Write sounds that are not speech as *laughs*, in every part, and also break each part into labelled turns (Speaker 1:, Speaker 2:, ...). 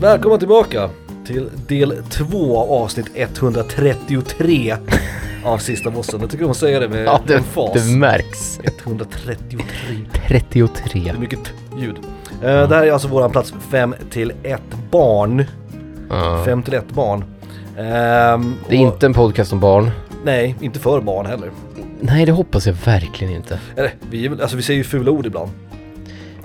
Speaker 1: Välkomna tillbaka till del 2 av avsnitt 133 av Sista Bossen. Jag tycker om att säga det med
Speaker 2: Ja, det,
Speaker 1: emfas.
Speaker 2: det märks.
Speaker 1: 133.
Speaker 2: 33.
Speaker 1: Det är mycket t- ljud. Eh, Det här är alltså våran plats 5 till 1 barn.
Speaker 2: Ja.
Speaker 1: 5 till 1 barn. Ehm,
Speaker 2: Det är
Speaker 1: och-
Speaker 2: inte en podcast om barn.
Speaker 1: Nej, inte för barn heller.
Speaker 2: Nej, det hoppas jag verkligen inte.
Speaker 1: Eller, vi, är väl- alltså, vi säger ju fula ord ibland.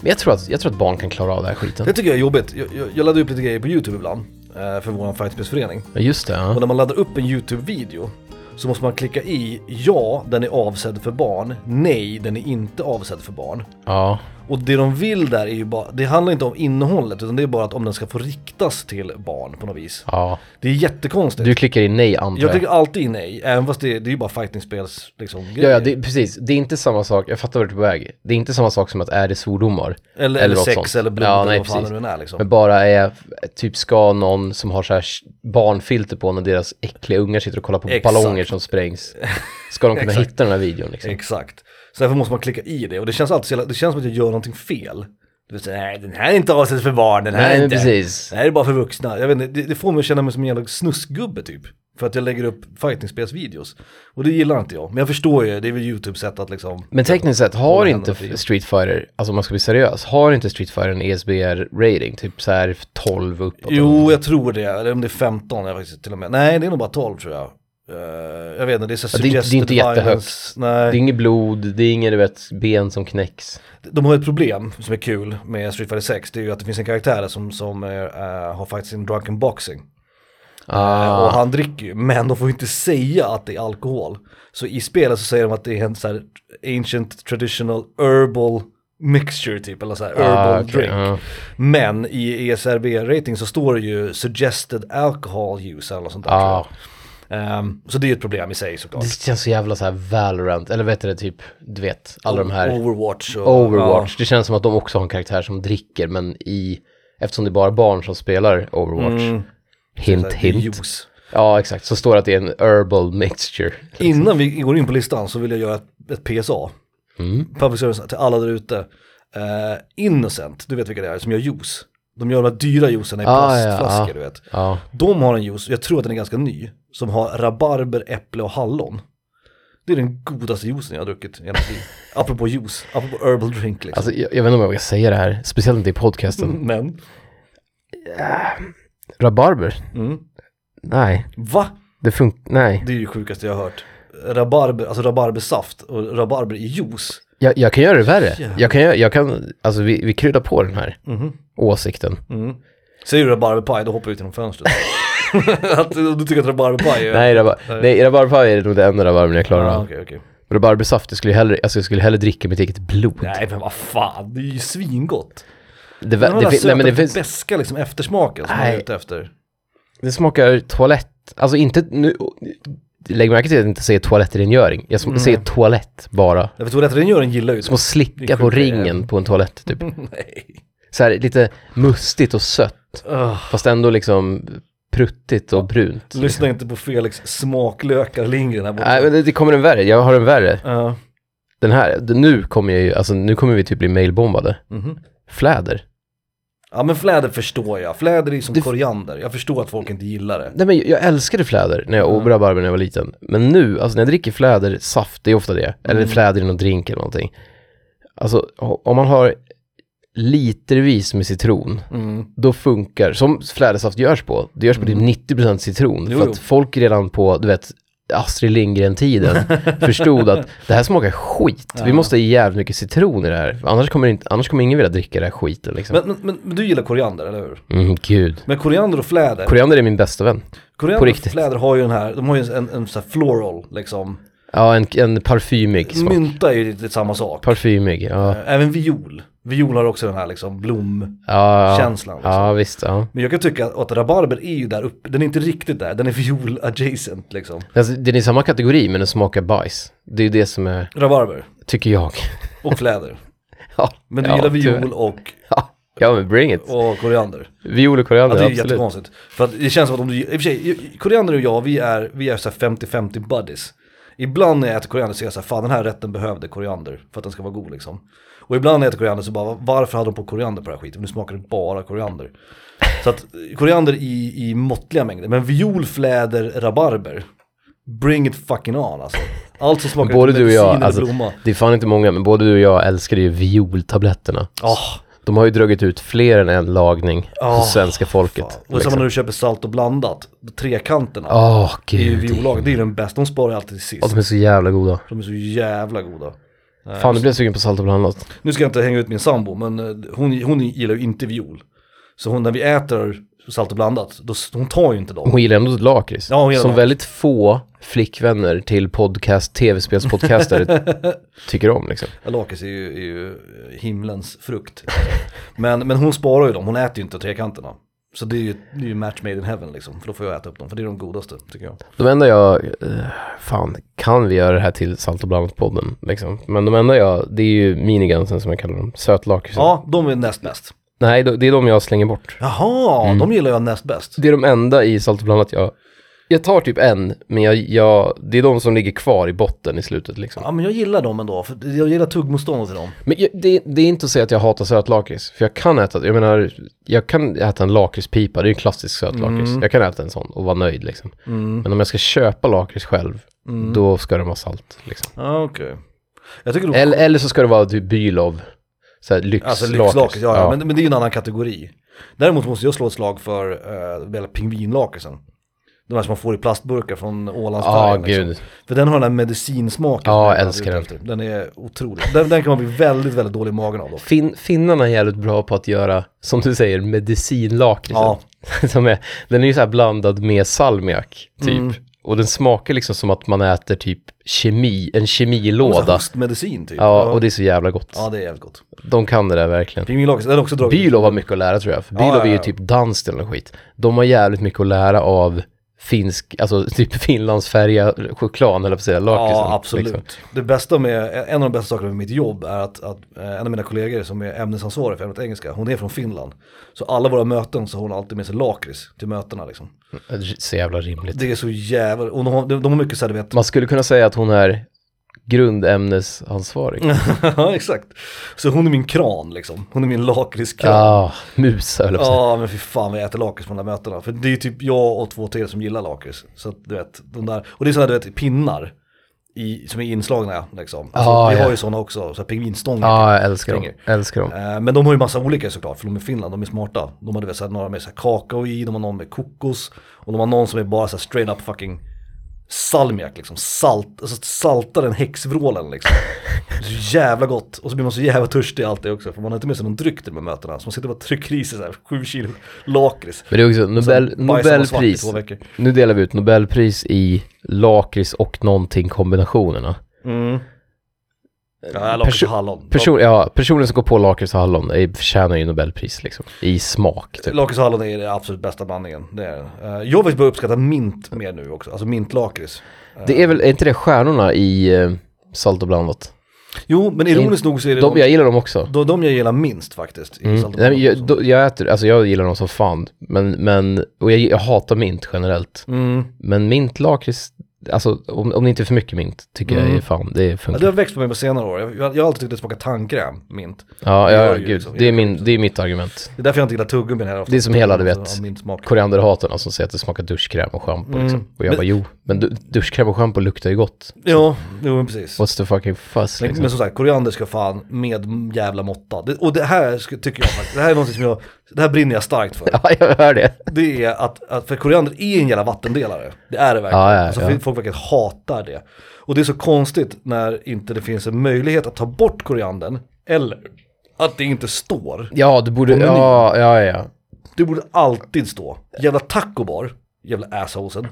Speaker 2: Men jag tror att, jag tror att barn kan klara av den här skiten.
Speaker 1: Det tycker jag är jobbigt. Jag, jag, jag laddar upp lite grejer på YouTube ibland eh, för vår Fightspelsförening.
Speaker 2: Ja, just det.
Speaker 1: Och
Speaker 2: Ja.
Speaker 1: när man laddar upp en YouTube-video så måste man klicka i ja, den är avsedd för barn, nej, den är inte avsedd för barn.
Speaker 2: ja.
Speaker 1: Och det de vill där är ju bara, det handlar inte om innehållet utan det är bara att om den ska få riktas till barn på något vis.
Speaker 2: ja.
Speaker 1: Det är jättekonstigt.
Speaker 2: Du klickar in nej antar
Speaker 1: jag
Speaker 2: jag.
Speaker 1: klickar alltid i nej, även fast det, det är ju bara fightingspels liksom
Speaker 2: Ja,
Speaker 1: grejer.
Speaker 2: ja det, precis. Det är inte samma sak, jag fattar vart du är på väg. Det är inte samma sak som att är det svordomar.
Speaker 1: Eller, eller
Speaker 2: eller något
Speaker 1: sex
Speaker 2: sånt.
Speaker 1: eller blod
Speaker 2: Ja,
Speaker 1: eller
Speaker 2: nej,
Speaker 1: vad fan det
Speaker 2: precis.
Speaker 1: nu är liksom.
Speaker 2: Men bara är, typ ska någon som har så här sh- barnfilter på när deras äckliga ungar sitter och kollar på
Speaker 1: Exakt.
Speaker 2: ballonger som sprängs. Ska de kunna
Speaker 1: Exakt.
Speaker 2: hitta den här videon liksom?
Speaker 1: Exakt. Så därför måste man klicka i det och det känns alltid så jävla- det känns som att jag gör någonting fel. Du vet, så här, nej den här är inte avsedd för barn, den här
Speaker 2: Nej,
Speaker 1: är
Speaker 2: men
Speaker 1: inte.
Speaker 2: precis.
Speaker 1: Det här är bara för vuxna. Jag vet inte, det, det får mig att känna mig som en jävla snusgubbe typ. För att jag lägger upp fightingspelsvideos. Och det gillar inte jag. Men jag förstår ju, det är väl YouTube sätt att liksom...
Speaker 2: Men tekniskt sett har
Speaker 1: Hålla
Speaker 2: inte
Speaker 1: händerna fria.
Speaker 2: F- Street Fighter, alltså om man ska bli seriös, har inte Street Fighter en E ESBR-rating? Typ så här 12 uppåt?
Speaker 1: Jo, jag tror det. Eller om det är 15 jag faktiskt till och med. Nej, det är nog bara 12 tror jag. Eh, jag vet inte, det är så
Speaker 2: Ja, det är inte- det är
Speaker 1: suggested
Speaker 2: inte jättehögt.
Speaker 1: violence.
Speaker 2: Det är
Speaker 1: Nej.
Speaker 2: inget blod, det är inget du vet, ben som knäcks.
Speaker 1: De har ett problem som är kul med Street Fighter 6. Det är ju att det finns en karaktär där som, som eh, har faktiskt sin drunken boxing. Och
Speaker 2: Ah,
Speaker 1: han dricker ju, men de får ju inte säga att det är alkohol. Så i spelet så säger de att det är en så här ancient traditional herbal mixture typ, eller så här herbal
Speaker 2: ah, okej,
Speaker 1: drink.
Speaker 2: ja.
Speaker 1: Men i E ESRB-rating så står det ju suggested alcohol use eller något sånt där. tror
Speaker 2: Ah,
Speaker 1: jag. Ehm, så det är ju ett problem i sig såklart.
Speaker 2: det känns så jävla så här Valorant, eller vet du det typ, du vet, alla de
Speaker 1: Oh,
Speaker 2: här
Speaker 1: Overwatch och...
Speaker 2: Overwatch. Det känns som att de också har en karaktär som dricker, men i, eftersom det är bara barn som spelar Overwatch,
Speaker 1: Ja,
Speaker 2: hint
Speaker 1: så här, Mm. det är
Speaker 2: hint.
Speaker 1: juice.
Speaker 2: Ja, exakt, så står det att det är en herbal mixture.
Speaker 1: Innan vi går in på listan så vill jag göra ett, ett PSA.
Speaker 2: Mm.
Speaker 1: Public service till alla där ute. Eh, Innocent, du vet vilka det är, som gör juice. De gör de här dyra juicerna i
Speaker 2: Ah,
Speaker 1: plastflaskor,
Speaker 2: ja, ja.
Speaker 1: du vet.
Speaker 2: Ja,
Speaker 1: De har en juice, jag tror att den är ganska ny, som har rabarber, äpple och hallon. Det är den godaste juicen jag har druckit i hela mitt liv.
Speaker 2: *laughs*
Speaker 1: Apropå juice, apropå herbal drink liksom.
Speaker 2: alltså jag, jag vet inte om jag vågar säga det här, speciellt inte i podcasten.
Speaker 1: Men,
Speaker 2: Rabarber?
Speaker 1: mm.
Speaker 2: Nej,
Speaker 1: va?
Speaker 2: det funkar, nej.
Speaker 1: Det är ju det sjukaste jag har hört. Rabarber, alltså rabarbersaft och rabarber i juice.
Speaker 2: Jag, jag kan göra det
Speaker 1: Jävlar.
Speaker 2: värre. Jag kan, göra- jag kan, alltså vi, vi kryddar på den här
Speaker 1: Mhm.
Speaker 2: åsikten.
Speaker 1: Säger du rabarberpaj, då hoppar jag ut genom fönstret.
Speaker 2: *laughs*
Speaker 1: att, du tycker att rabarberpaj är...
Speaker 2: Nej, rabar, nej, rabarberpaj är nog det enda rabarbern jag klarar
Speaker 1: Ja,
Speaker 2: av.
Speaker 1: okej, okej.
Speaker 2: Rabarbersaft, det skulle jag hellre, alltså jag skulle hellre dricka mitt eget blod.
Speaker 1: Nej men vad fan, det är ju svingott.
Speaker 2: Det,
Speaker 1: Den
Speaker 2: vä-
Speaker 1: har
Speaker 2: det,
Speaker 1: den
Speaker 2: fin- nej, men det,
Speaker 1: söta,
Speaker 2: finns,
Speaker 1: beska liksom eftersmaken som man är
Speaker 2: Nej.
Speaker 1: ute efter.
Speaker 2: det smakar toalett, alltså inte, nu, lägg märke till att jag inte säger toalettrengöring. Jag mm. säger toalett bara.
Speaker 1: Därför toalettrengöringen gillar ju
Speaker 2: Som
Speaker 1: det.
Speaker 2: att slicka på
Speaker 1: sjukt, det är-
Speaker 2: ringen på en toalett
Speaker 1: *laughs*
Speaker 2: typ.
Speaker 1: Nej.
Speaker 2: Så här lite mustigt och sött,
Speaker 1: Ugh.
Speaker 2: fast ändå liksom pruttigt och brunt.
Speaker 1: lyssna inte på Felix smaklökar Lindgren här borta.
Speaker 2: Nej, men det, det kommer en värre. Jag har en värre.
Speaker 1: Ja.
Speaker 2: Den här, den- nu kommer jag ju, alltså nu kommer vi typ bli mailbombade.
Speaker 1: Mhm.
Speaker 2: Fläder.
Speaker 1: ja men fläder förstår jag, fläder är ju som
Speaker 2: Det-
Speaker 1: koriander. Jag förstår att folk inte gillar det.
Speaker 2: Nej men jag älskade fläder när jag och rabarber när jag var liten. Men nu, alltså när jag dricker fläder, saft, det är ofta det. Eller fläder i någon drink eller någonting. Alltså o- om man har litervis med citron,
Speaker 1: Mm.
Speaker 2: då funkar, som flädersaft görs på, det görs på typ 90% citron.
Speaker 1: Jo,
Speaker 2: för
Speaker 1: jo.
Speaker 2: att folk redan på, du vet,
Speaker 1: *laughs*
Speaker 2: Astrid Lindgren-tiden förstod att det här smakar skit. Vi måste ha jävligt mycket citron i det här. Annars kommer, inte, annars kommer ingen vilja dricka den här skiten liksom.
Speaker 1: Men, men, men, men du gillar koriander, eller hur?
Speaker 2: Mm, gud.
Speaker 1: Men koriander och fläder,
Speaker 2: Koriander är min bästa vän. på
Speaker 1: koriander och
Speaker 2: riktigt.
Speaker 1: fläder har ju den här, de har ju en, en sån här floral liksom.
Speaker 2: Ja, en, en parfymig smak.
Speaker 1: Mynta är ju lite samma sak.
Speaker 2: Parfymig, ja.
Speaker 1: Även viol. Viol har också den här liksom blomkänslan.
Speaker 2: ja
Speaker 1: Liksom.
Speaker 2: Ja, visst. Ja.
Speaker 1: Men jag kan tycka att rabarber är ju där uppe, den är inte riktigt där, den är viol adjacent liksom.
Speaker 2: Alltså, det är i samma kategori, men den smakar bajs. Det är ju det som är,
Speaker 1: Rabarber
Speaker 2: tycker jag. *laughs*
Speaker 1: och fläder.
Speaker 2: ja,
Speaker 1: Men du
Speaker 2: ja,
Speaker 1: gillar
Speaker 2: tyvärr.
Speaker 1: viol och,
Speaker 2: Ja, ja, men bring it.
Speaker 1: och koriander.
Speaker 2: Viol och koriander,
Speaker 1: Ja, det är ju
Speaker 2: absolut.
Speaker 1: jättekonstigt. För att det känns som att om du, i och för sig, koriander och jag, vi är, vi är så här 50-50 buddies. Ibland när jag äter koriander så är jag så här, fan den här rätten behövde koriander för att den ska vara god liksom. Och ibland när jag äter koriander så bara, varför hade de på koriander på det här skiten? Nu smakar det bara koriander. Så att eh, koriander i, i måttliga mängder. Men viol, fläder, rabarber. Bring it fucking on alltså. Allt som smakar
Speaker 2: Både du och jag,
Speaker 1: medicin eller
Speaker 2: alltså,
Speaker 1: blomma.
Speaker 2: det är fan inte många, men både du och jag älskar ju violtabletterna.
Speaker 1: Ah,
Speaker 2: De har ju dragit ut fler än en lagning
Speaker 1: Ah,
Speaker 2: för svenska folket.
Speaker 1: fan. och
Speaker 2: liksom.
Speaker 1: samma när du köper salt och blandat, trekakanterna.
Speaker 2: Åh,
Speaker 1: det är ju
Speaker 2: gud.
Speaker 1: viollaget, det är ju den bästa, de sparar jag alltid till sist.
Speaker 2: Åh, de är så jävla goda.
Speaker 1: De är så jävla goda. Nej,
Speaker 2: Fan, nu blir jag sugen på salt och blandat.
Speaker 1: Nu ska jag inte hänga ut min sambo, men eh, hon, hon gillar ju inte viol. Så hon, när vi äter salt och blandat, då, hon tar ju inte dem.
Speaker 2: Hon gillar ändå lakrits.
Speaker 1: Ja, hon gillar
Speaker 2: som
Speaker 1: lakrits.
Speaker 2: väldigt få flickvänner till
Speaker 1: *laughs*
Speaker 2: podcast, tv-spelspodcastare tycker om liksom.
Speaker 1: Lakrits är ju, är ju eh, himlens frukt. Men, men hon sparar ju dem, hon äter ju inte trekanterna. Så det är ju, det är ju match made in heaven liksom, för då får jag äta upp dem, för det är de godaste tycker jag.
Speaker 2: De enda jag, eh, fan, kan vi göra det här till Salt och blandat-podden liksom? Men de enda jag, det är ju minigunsen som jag kallar dem, sötlakritsen.
Speaker 1: Ja, de är näst bäst.
Speaker 2: Nej, de- det är de jag slänger bort.
Speaker 1: Jaha, de gillar jag näst bäst.
Speaker 2: Det är de enda i Salt och blandat jag, jag tar typ en, men jag, jag, det är de som ligger kvar i botten i slutet liksom.
Speaker 1: Ja men jag gillar dem ändå, för jag gillar tuggmotståndet till dem.
Speaker 2: Men jag, det, det är inte att säga att jag hatar sötlakrits, för jag kan äta, jag menar, jag kan äta en lakritspipa, det är ju en klassisk sötlakrits.
Speaker 1: Mm.
Speaker 2: Jag kan äta en sån och vara nöjd liksom. Men om jag ska köpa lakrits själv,
Speaker 1: Mm.
Speaker 2: då ska den vara salt liksom.
Speaker 1: Ja okej. Jag tycker de
Speaker 2: Eller, eller så ska det vara typ Bylov, såhär lyx
Speaker 1: Alltså lyxlakrits, ja, ja.
Speaker 2: Ja.
Speaker 1: Men, men det är ju en annan kategori. Däremot måste jag slå ett slag för eh, väl pingvinlakritsen. De här som man får i plastburkar från
Speaker 2: Ja,
Speaker 1: Ålandsfärjan.
Speaker 2: gud.
Speaker 1: För den har den här medicinsmaken.
Speaker 2: Ja,
Speaker 1: Den är
Speaker 2: älskar
Speaker 1: ute
Speaker 2: den.
Speaker 1: efter. Den är otrolig. Den, den kan man bli väldigt, väldigt dålig i magen av dock.
Speaker 2: Fin, finnarna är jävligt bra på att göra, som du säger, medicinlakritsen.
Speaker 1: Ja.
Speaker 2: *laughs* Som är, den är ju så här blandad med salmiak, typ.
Speaker 1: Mm.
Speaker 2: Och den smakar liksom som att man äter typ kemi, en
Speaker 1: Så här
Speaker 2: kemilåda.
Speaker 1: Hostmedicin typ.
Speaker 2: Ja, och det är så jävla gott.
Speaker 1: ja, det är jävligt gott.
Speaker 2: De kan det där verkligen.
Speaker 1: Pingvinlakritsen, den är också dragit.
Speaker 2: Bylov har mycket att lära tror jag, för Bylov
Speaker 1: ja,
Speaker 2: är ju
Speaker 1: ja.
Speaker 2: typ dans eller något skit. De har jävligt mycket att lära av finsk, alltså *laughs* typ finlandsfärja choklad, eller på att säga, lakritsen.
Speaker 1: Ja, absolut.
Speaker 2: liksom.
Speaker 1: Det bästa med, en av de bästa sakerna med mitt jobb är att, att eh, en av mina kollegor som är ämnesansvarig för ämnet engelska, hon är från Finland. Så alla våra möten så har hon alltid med sig lakrits till mötena liksom.
Speaker 2: Det är Så jävla rimligt.
Speaker 1: Det är så jävla, och de har, de de har mycket så här, du vet,
Speaker 2: Man skulle kunna säga att hon är
Speaker 1: *laughs*
Speaker 2: grundämnesansvarig.
Speaker 1: *laughs* ja exakt. Så hon är min kran liksom, hon är min lakritskran. Ja.
Speaker 2: Ja, musa höll jag på att säga.
Speaker 1: men fy fan vad jag äter lakrits på de där mötena. För det är ju typ jag och två till som gillar lakrits. Så att du vet, de där, och det är sådana du vet pinnar i, som är inslagna liksom. Alltså,
Speaker 2: Ja,
Speaker 1: vi
Speaker 2: Ah, ja.
Speaker 1: har ju sådana också, så här pingvinstångar.
Speaker 2: Ja, jag älskar dem.
Speaker 1: Springer.
Speaker 2: Älskar dem.
Speaker 1: Eh, Men de har ju massa olika såklart, för de är i Finland, de är smarta. De har du vet, så här, några med så här, kakao i, de har någon med kokos och de har någon som är bara så här, straight up fucking salmiak liksom. Salt, alltså saltar den häxvrålen liksom.
Speaker 2: *laughs*
Speaker 1: Så jävla gott. Och så blir man så jävla törstig alltid också, för man har inte med sig någon dryck till de här mötena. Så man sitter och bara trycker i sig så här, sju kilo lakrits.
Speaker 2: Men det är också Nobel,
Speaker 1: Sen bajsar man svart i
Speaker 2: Nobelpris.
Speaker 1: två veckor.
Speaker 2: Nu delar vi ut Nobelpris i lakrits och någonting kombinationerna.
Speaker 1: Mm. Ja, lakrits
Speaker 2: Perso-
Speaker 1: och hallon.
Speaker 2: Person, ja, personen som går på lakrits och hallon är- förtjänar ju nobelpris liksom. I smak. Typ.
Speaker 1: Lakrits och hallon är den absolut bästa blandningen. Det är, det. Eh, jag har faktiskt börjat uppskatta mint mer nu också, alltså mintlakrits.
Speaker 2: Det är väl, är inte det stjärnorna i eh, Salt och blandat?
Speaker 1: Jo, men ironiskt nog så är det
Speaker 2: De, jag gillar dem också.
Speaker 1: De, de jag gillar minst faktiskt. i
Speaker 2: Mm.
Speaker 1: salt och
Speaker 2: Nej, men
Speaker 1: peppar.
Speaker 2: jag, då, jag äter, alltså jag gillar dem som fan. Men, men och jag, jag hatar mint generellt.
Speaker 1: mm.
Speaker 2: Men mint, lakrits, alltså om, om det inte är för mycket mint tycker jag är fan, det
Speaker 1: Mm. ja,
Speaker 2: funkar.
Speaker 1: det har växt på mig på senare år. Jag, jag, jag har alltid tyckt det smakar tandkräm, mint.
Speaker 2: Ja,
Speaker 1: Det
Speaker 2: ja,
Speaker 1: gör ju
Speaker 2: gud.
Speaker 1: liksom-
Speaker 2: det, är min, det är mitt argument.
Speaker 1: Det är därför jag inte gillar tuggummin här ofta. Alltså,
Speaker 2: Det är som hela, du vet,
Speaker 1: Ja, mintsmak.
Speaker 2: Korianderhatarna alltså, som säger att det smakar duschkräm och schampo liksom. Och jag
Speaker 1: Mm. Men-
Speaker 2: bara jo, men du, duschkräm och schampo luktar ju gott.
Speaker 1: Ja, jo men precis.
Speaker 2: What's the fucking fuss
Speaker 1: Men,
Speaker 2: liksom?
Speaker 1: men som sagt, koriander ska fan med jävla måtta. Det, och det här ska, tycker jag faktiskt, det här är något som jag, det här brinner jag starkt för.
Speaker 2: *laughs* Ja, jag hör det.
Speaker 1: Det är att, att för koriander är en jävla vattendelare. Det är det verkligen.
Speaker 2: Ja, ja,
Speaker 1: alltså,
Speaker 2: ja.
Speaker 1: f- Folk verkligen hatar det. Och det är så konstigt när inte det finns en möjlighet att ta bort koriandern, eller att det inte står.
Speaker 2: Ja, du borde,
Speaker 1: menyn.
Speaker 2: ja, ja, ja.
Speaker 1: Det borde alltid stå. Jävla tacobar, jävla assholesen.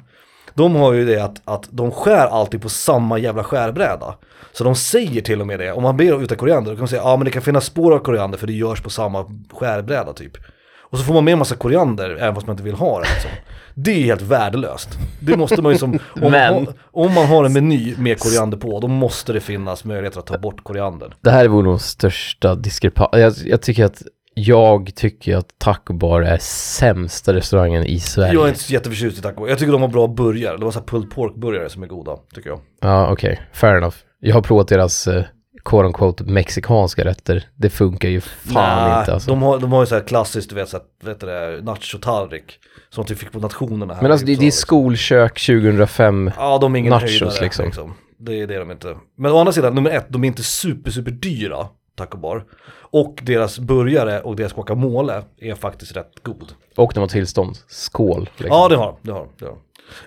Speaker 1: De har ju det att, att de skär alltid på samma jävla skärbräda. Så de säger till och med det, om man ber utan koriander, då kan man säga ja ah, men det kan finnas spår av koriander för det görs på samma skärbräda typ. Och så får man med en massa koriander även fast man inte vill ha det liksom. Det är helt värdelöst. Det måste man ju som, om,
Speaker 2: Men-
Speaker 1: om man har en meny med koriander på, då måste det finnas möjligheter att ta bort koriandern.
Speaker 2: Det här vore nog den största diskrepansen. Jag, jag tycker att, jag tycker att Taco Bar är sämsta restaurangen i Sverige.
Speaker 1: Jag är inte så jätteförtjust i taco. Jag tycker de har bra burgare, de har så här pulled pork burgare som är goda, tycker jag.
Speaker 2: Ja, okej. Fair enough. Jag har provat deras eh, quote unquote mexikanska rätter, det funkar ju fan
Speaker 1: Nej,
Speaker 2: inte alltså.
Speaker 1: de, har, de har ju så här klassiskt, du vet, så här, vet du det, nachotarrik. Som typ fick på nationerna här.
Speaker 2: Men alltså det, det är
Speaker 1: Så-
Speaker 2: skolkök 2005.
Speaker 1: Ja, de är ingen
Speaker 2: nachos,
Speaker 1: höjdare
Speaker 2: liksom.
Speaker 1: liksom. Det är det de inte. Men å andra sidan, nummer ett, de är inte super, super dyra, taco bar. Och deras burgare och deras guacamole är faktiskt rätt god.
Speaker 2: Och de har tillstånd. Skål. Liksom.
Speaker 1: Ja, det har de, det har de, det har de.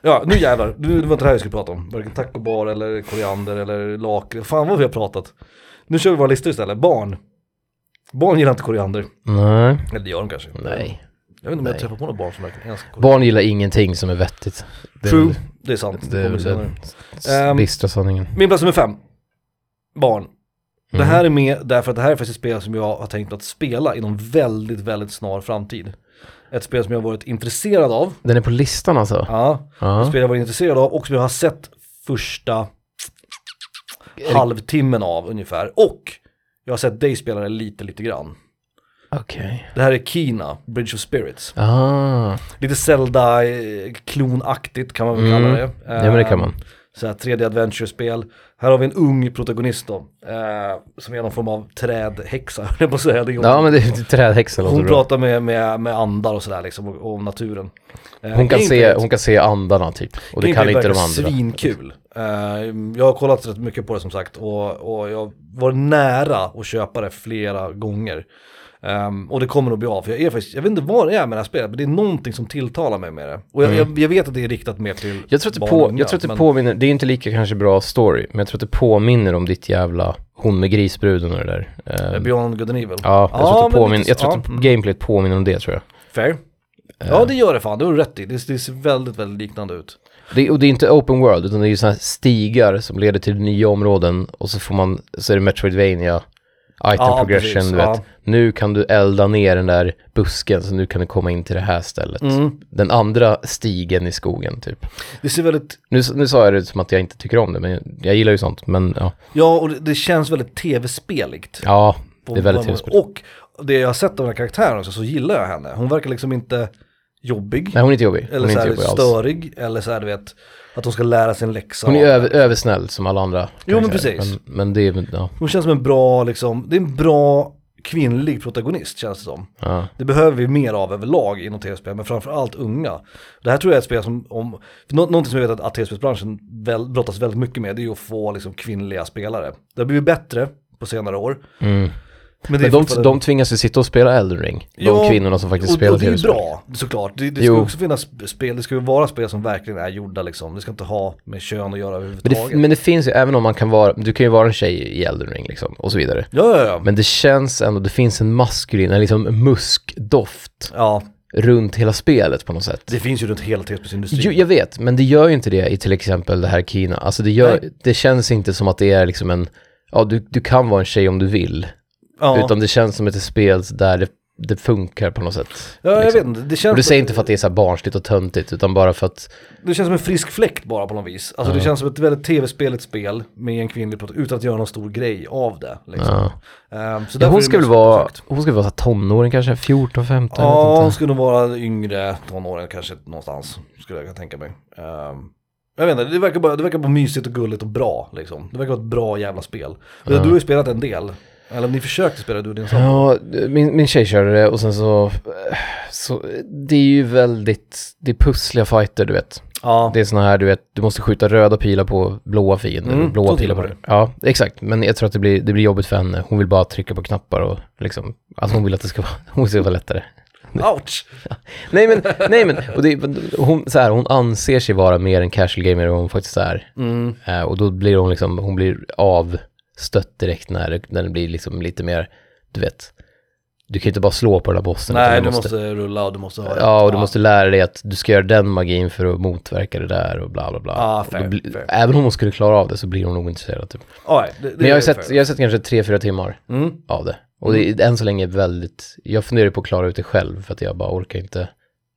Speaker 1: Ja, nu jävlar. Det var inte det här jag skulle prata om. Varken taco bar eller koriander eller lakrits. Fan vad vi har pratat. Nu kör vi våra listor istället. Barn. Barn gillar inte koriander.
Speaker 2: Nej.
Speaker 1: Eller det gör de kanske.
Speaker 2: Nej.
Speaker 1: Jag vet inte om jag
Speaker 2: Nej.
Speaker 1: träffar på några barn som verkligen älskar koriander.
Speaker 2: Barn gillar ingenting som är vettigt. Det är
Speaker 1: True,
Speaker 2: väl-
Speaker 1: det är sant.
Speaker 2: Det är
Speaker 1: Kommer
Speaker 2: väl
Speaker 1: senare.
Speaker 2: den s-
Speaker 1: Ehm,
Speaker 2: bistra sanningen.
Speaker 1: Min plats nummer fem. Barn. Det
Speaker 2: Mm.
Speaker 1: här är med därför att det här är faktiskt ett spel som jag har tänkt att spela inom väldigt, väldigt snar framtid. Ett spel som jag har varit intresserad av.
Speaker 2: Den är på listan alltså?
Speaker 1: Ja, ett
Speaker 2: Ja.
Speaker 1: spel jag varit intresserad av och som jag har sett första halvtimmen av ungefär. Och jag har sett dig spela det lite, lite grann.
Speaker 2: Okej.
Speaker 1: Det här är Kina, Bridge of Spirits.
Speaker 2: Ah.
Speaker 1: Lite Zelda-klonaktigt kan man väl
Speaker 2: Mm.
Speaker 1: kalla det. Eh, Ehm,
Speaker 2: Ja men det kan man.
Speaker 1: så här 3D adventure-spel. Här har vi en ung protagonist då, eh, som är någon form av trädhäxa, *laughs* höll jag på att säga. Det är hon,
Speaker 2: Ja men det är trädhäxan låter
Speaker 1: hon
Speaker 2: bra.
Speaker 1: pratar med, med, med andar och sådär liksom, och, och om naturen. Eh,
Speaker 2: Hon kan, se,
Speaker 1: gameplayet-
Speaker 2: hon kan se andarna typ. Och det kan
Speaker 1: gameplayet
Speaker 2: inte de
Speaker 1: verkar
Speaker 2: andra.
Speaker 1: Svinkul. Eh, jag har kollat rätt mycket på det som sagt och, och jag var nära att köpa det flera gånger. Ehm, och det kommer nog bli av, för jag, är faktiskt, jag vet inte vad det är med det här spelet, men det är någonting som tilltalar mig med det. Och jag, jag, jag vet att det är riktat mer till
Speaker 2: Mm. Jag tror att det,
Speaker 1: barn
Speaker 2: på,
Speaker 1: och unga,
Speaker 2: jag tror att det
Speaker 1: men-
Speaker 2: påminner, det är inte lika kanske bra story, men jag tror att det påminner om ditt jävla hon med grisbruden och det där. Ehm,
Speaker 1: Eh, Beyond Good and Evil.
Speaker 2: ja, jag tror att, det
Speaker 1: men
Speaker 2: påminner,
Speaker 1: lite-
Speaker 2: jag tror att Eh.
Speaker 1: ja,
Speaker 2: det, gameplayet påminner om det tror jag.
Speaker 1: Fair. Ja det gör det fan, det har du rätt i. Det, det ser väldigt, väldigt liknande ut.
Speaker 2: Det, och det är inte open world, utan det är ju sådana här stigar som leder till nya områden och så får man, så är det Metroidvania, item
Speaker 1: Ja,
Speaker 2: progression,
Speaker 1: precis,
Speaker 2: du
Speaker 1: ja.
Speaker 2: vet. Nu kan du elda ner den där busken, så nu kan du komma in till det här stället.
Speaker 1: Mm.
Speaker 2: Den andra stigen i skogen typ.
Speaker 1: Det ser väldigt,
Speaker 2: Nu, nu sa jag det som att jag inte tycker om det, men jag gillar ju sånt, men ja.
Speaker 1: ja och det, det känns väldigt tv-speligt.
Speaker 2: Ja, det är
Speaker 1: På-
Speaker 2: väldigt
Speaker 1: på-
Speaker 2: trevligt.
Speaker 1: Och det jag har sett av den här karaktären också, så gillar jag henne. Hon verkar liksom inte jobbig.
Speaker 2: Nej, hon är inte jobbig.
Speaker 1: eller
Speaker 2: Hon är
Speaker 1: så
Speaker 2: inte
Speaker 1: här
Speaker 2: jobbig alls.
Speaker 1: störig, eller så här du vet, att hon ska lära sig en läxa.
Speaker 2: Hon är över, översnäll som alla andra.
Speaker 1: Jo, men
Speaker 2: karaktärer.
Speaker 1: precis.
Speaker 2: Men, men det är, väl- ja.
Speaker 1: Hon känns som en bra, liksom, det är en bra kvinnlig protagonist känns det som.
Speaker 2: ja.
Speaker 1: Det behöver vi mer av överlag inom tv-spel, men framförallt unga. Det här tror jag är ett spel som, om, för nå, någonting som jag vet att, att tv-spelsbranschen väl, brottas väldigt mycket med, det är ju att få liksom, kvinnliga spelare. Det har blivit bättre på senare år. Men, det är
Speaker 2: Mm. Men de,
Speaker 1: fortfarande-
Speaker 2: de tvingas ju sitta och spela Elden Ring. De
Speaker 1: Ja,
Speaker 2: kvinnorna som faktiskt
Speaker 1: och,
Speaker 2: spelar
Speaker 1: och det är ju
Speaker 2: tv-spel.
Speaker 1: bra, såklart. Det, det
Speaker 2: Jo.
Speaker 1: ska också finnas sp- spel, det ska ju vara spel som verkligen är gjorda liksom. Det ska inte ha med kön att göra
Speaker 2: Men
Speaker 1: överhuvudtaget.
Speaker 2: det, men det finns ju, även om man kan vara, du kan ju vara en tjej i Elden Ring liksom, och så vidare.
Speaker 1: ja, ja, ja.
Speaker 2: Men det känns ändå, det finns en maskulin, en liksom muskdoft
Speaker 1: ja,
Speaker 2: runt hela spelet på något sätt.
Speaker 1: det finns ju runt hela tv-spelsindustrin.
Speaker 2: Jo, jag vet, men det gör ju inte det i till exempel det här Kina. Alltså det, gör,
Speaker 1: Nej.
Speaker 2: det känns inte som att det är liksom en, ja du, du kan vara en tjej om du vill.
Speaker 1: ja.
Speaker 2: Utan det känns som ett spel där det, det funkar på något sätt.
Speaker 1: ja, jag
Speaker 2: liksom.
Speaker 1: vet inte. Det
Speaker 2: Och
Speaker 1: känns,
Speaker 2: det säger inte för att det är så här barnsligt och töntigt, utan bara för att
Speaker 1: det känns som en frisk fläkt bara på något vis. Alltså det känns som ett väldigt tv-speligt spel med en kvinnlig prot- utan att göra någon stor grej av det. Liksom.
Speaker 2: ja.
Speaker 1: Ehm, så
Speaker 2: Ja,
Speaker 1: därför är
Speaker 2: hon
Speaker 1: det
Speaker 2: ska väl
Speaker 1: mest
Speaker 2: vara,
Speaker 1: perfekt.
Speaker 2: hon ska väl vara så här tonåring kanske, 14, 15, jag
Speaker 1: Ja,
Speaker 2: vet
Speaker 1: hon
Speaker 2: inte.
Speaker 1: skulle nog vara yngre tonåren kanske någonstans, skulle jag kunna tänka mig. Ehm, jag vet inte, det verkar, bara, det verkar bara mysigt och gulligt och bra liksom. Det verkar vara ett bra jävla spel. Du har ju spelat en del, eller ni försökte spela du och din sambo.
Speaker 2: Ja, min, min tjej körde det och sen så, eh, så, det är ju väldigt, det är pussliga fighter du vet.
Speaker 1: Ja,
Speaker 2: Det är såna här, du vet, du måste skjuta röda pilar på blåa fiender,
Speaker 1: Mm,
Speaker 2: och blåa
Speaker 1: så
Speaker 2: pilar
Speaker 1: till
Speaker 2: på
Speaker 1: och med.
Speaker 2: Ja, exakt. Men jag tror att det blir, det blir jobbigt för henne. Hon vill bara trycka på knappar och liksom, alltså hon vill att det ska vara, *laughs* hon ska vara lättare.
Speaker 1: ouch!
Speaker 2: Nej men, nej men, och det, hon, så här, hon anser sig vara mer en casual gamer än vad hon faktiskt är.
Speaker 1: Mm.
Speaker 2: Eh, och då blir hon liksom, hon blir avstött direkt när, det- när det blir liksom lite mer, du vet, du kan ju inte bara slå på den här bossen. utan
Speaker 1: Nej, du måste, rulla och du måste ha
Speaker 2: Ja, och du måste lära dig att du ska göra den magin för att motverka det där och bla bla bla.
Speaker 1: Ja,
Speaker 2: Och då
Speaker 1: Ah, fair,
Speaker 2: bli-
Speaker 1: fair.
Speaker 2: Även om hon skulle klara av det så blir hon nog intresserad. Typ.
Speaker 1: Ja, nej, det, det
Speaker 2: Men jag har, ju
Speaker 1: är
Speaker 2: sett,
Speaker 1: fair.
Speaker 2: jag har sett kanske tre, fyra timmar
Speaker 1: Mm.
Speaker 2: av det. Och det är än så länge väldigt, jag funderar på att klara ut det själv för att jag bara orkar inte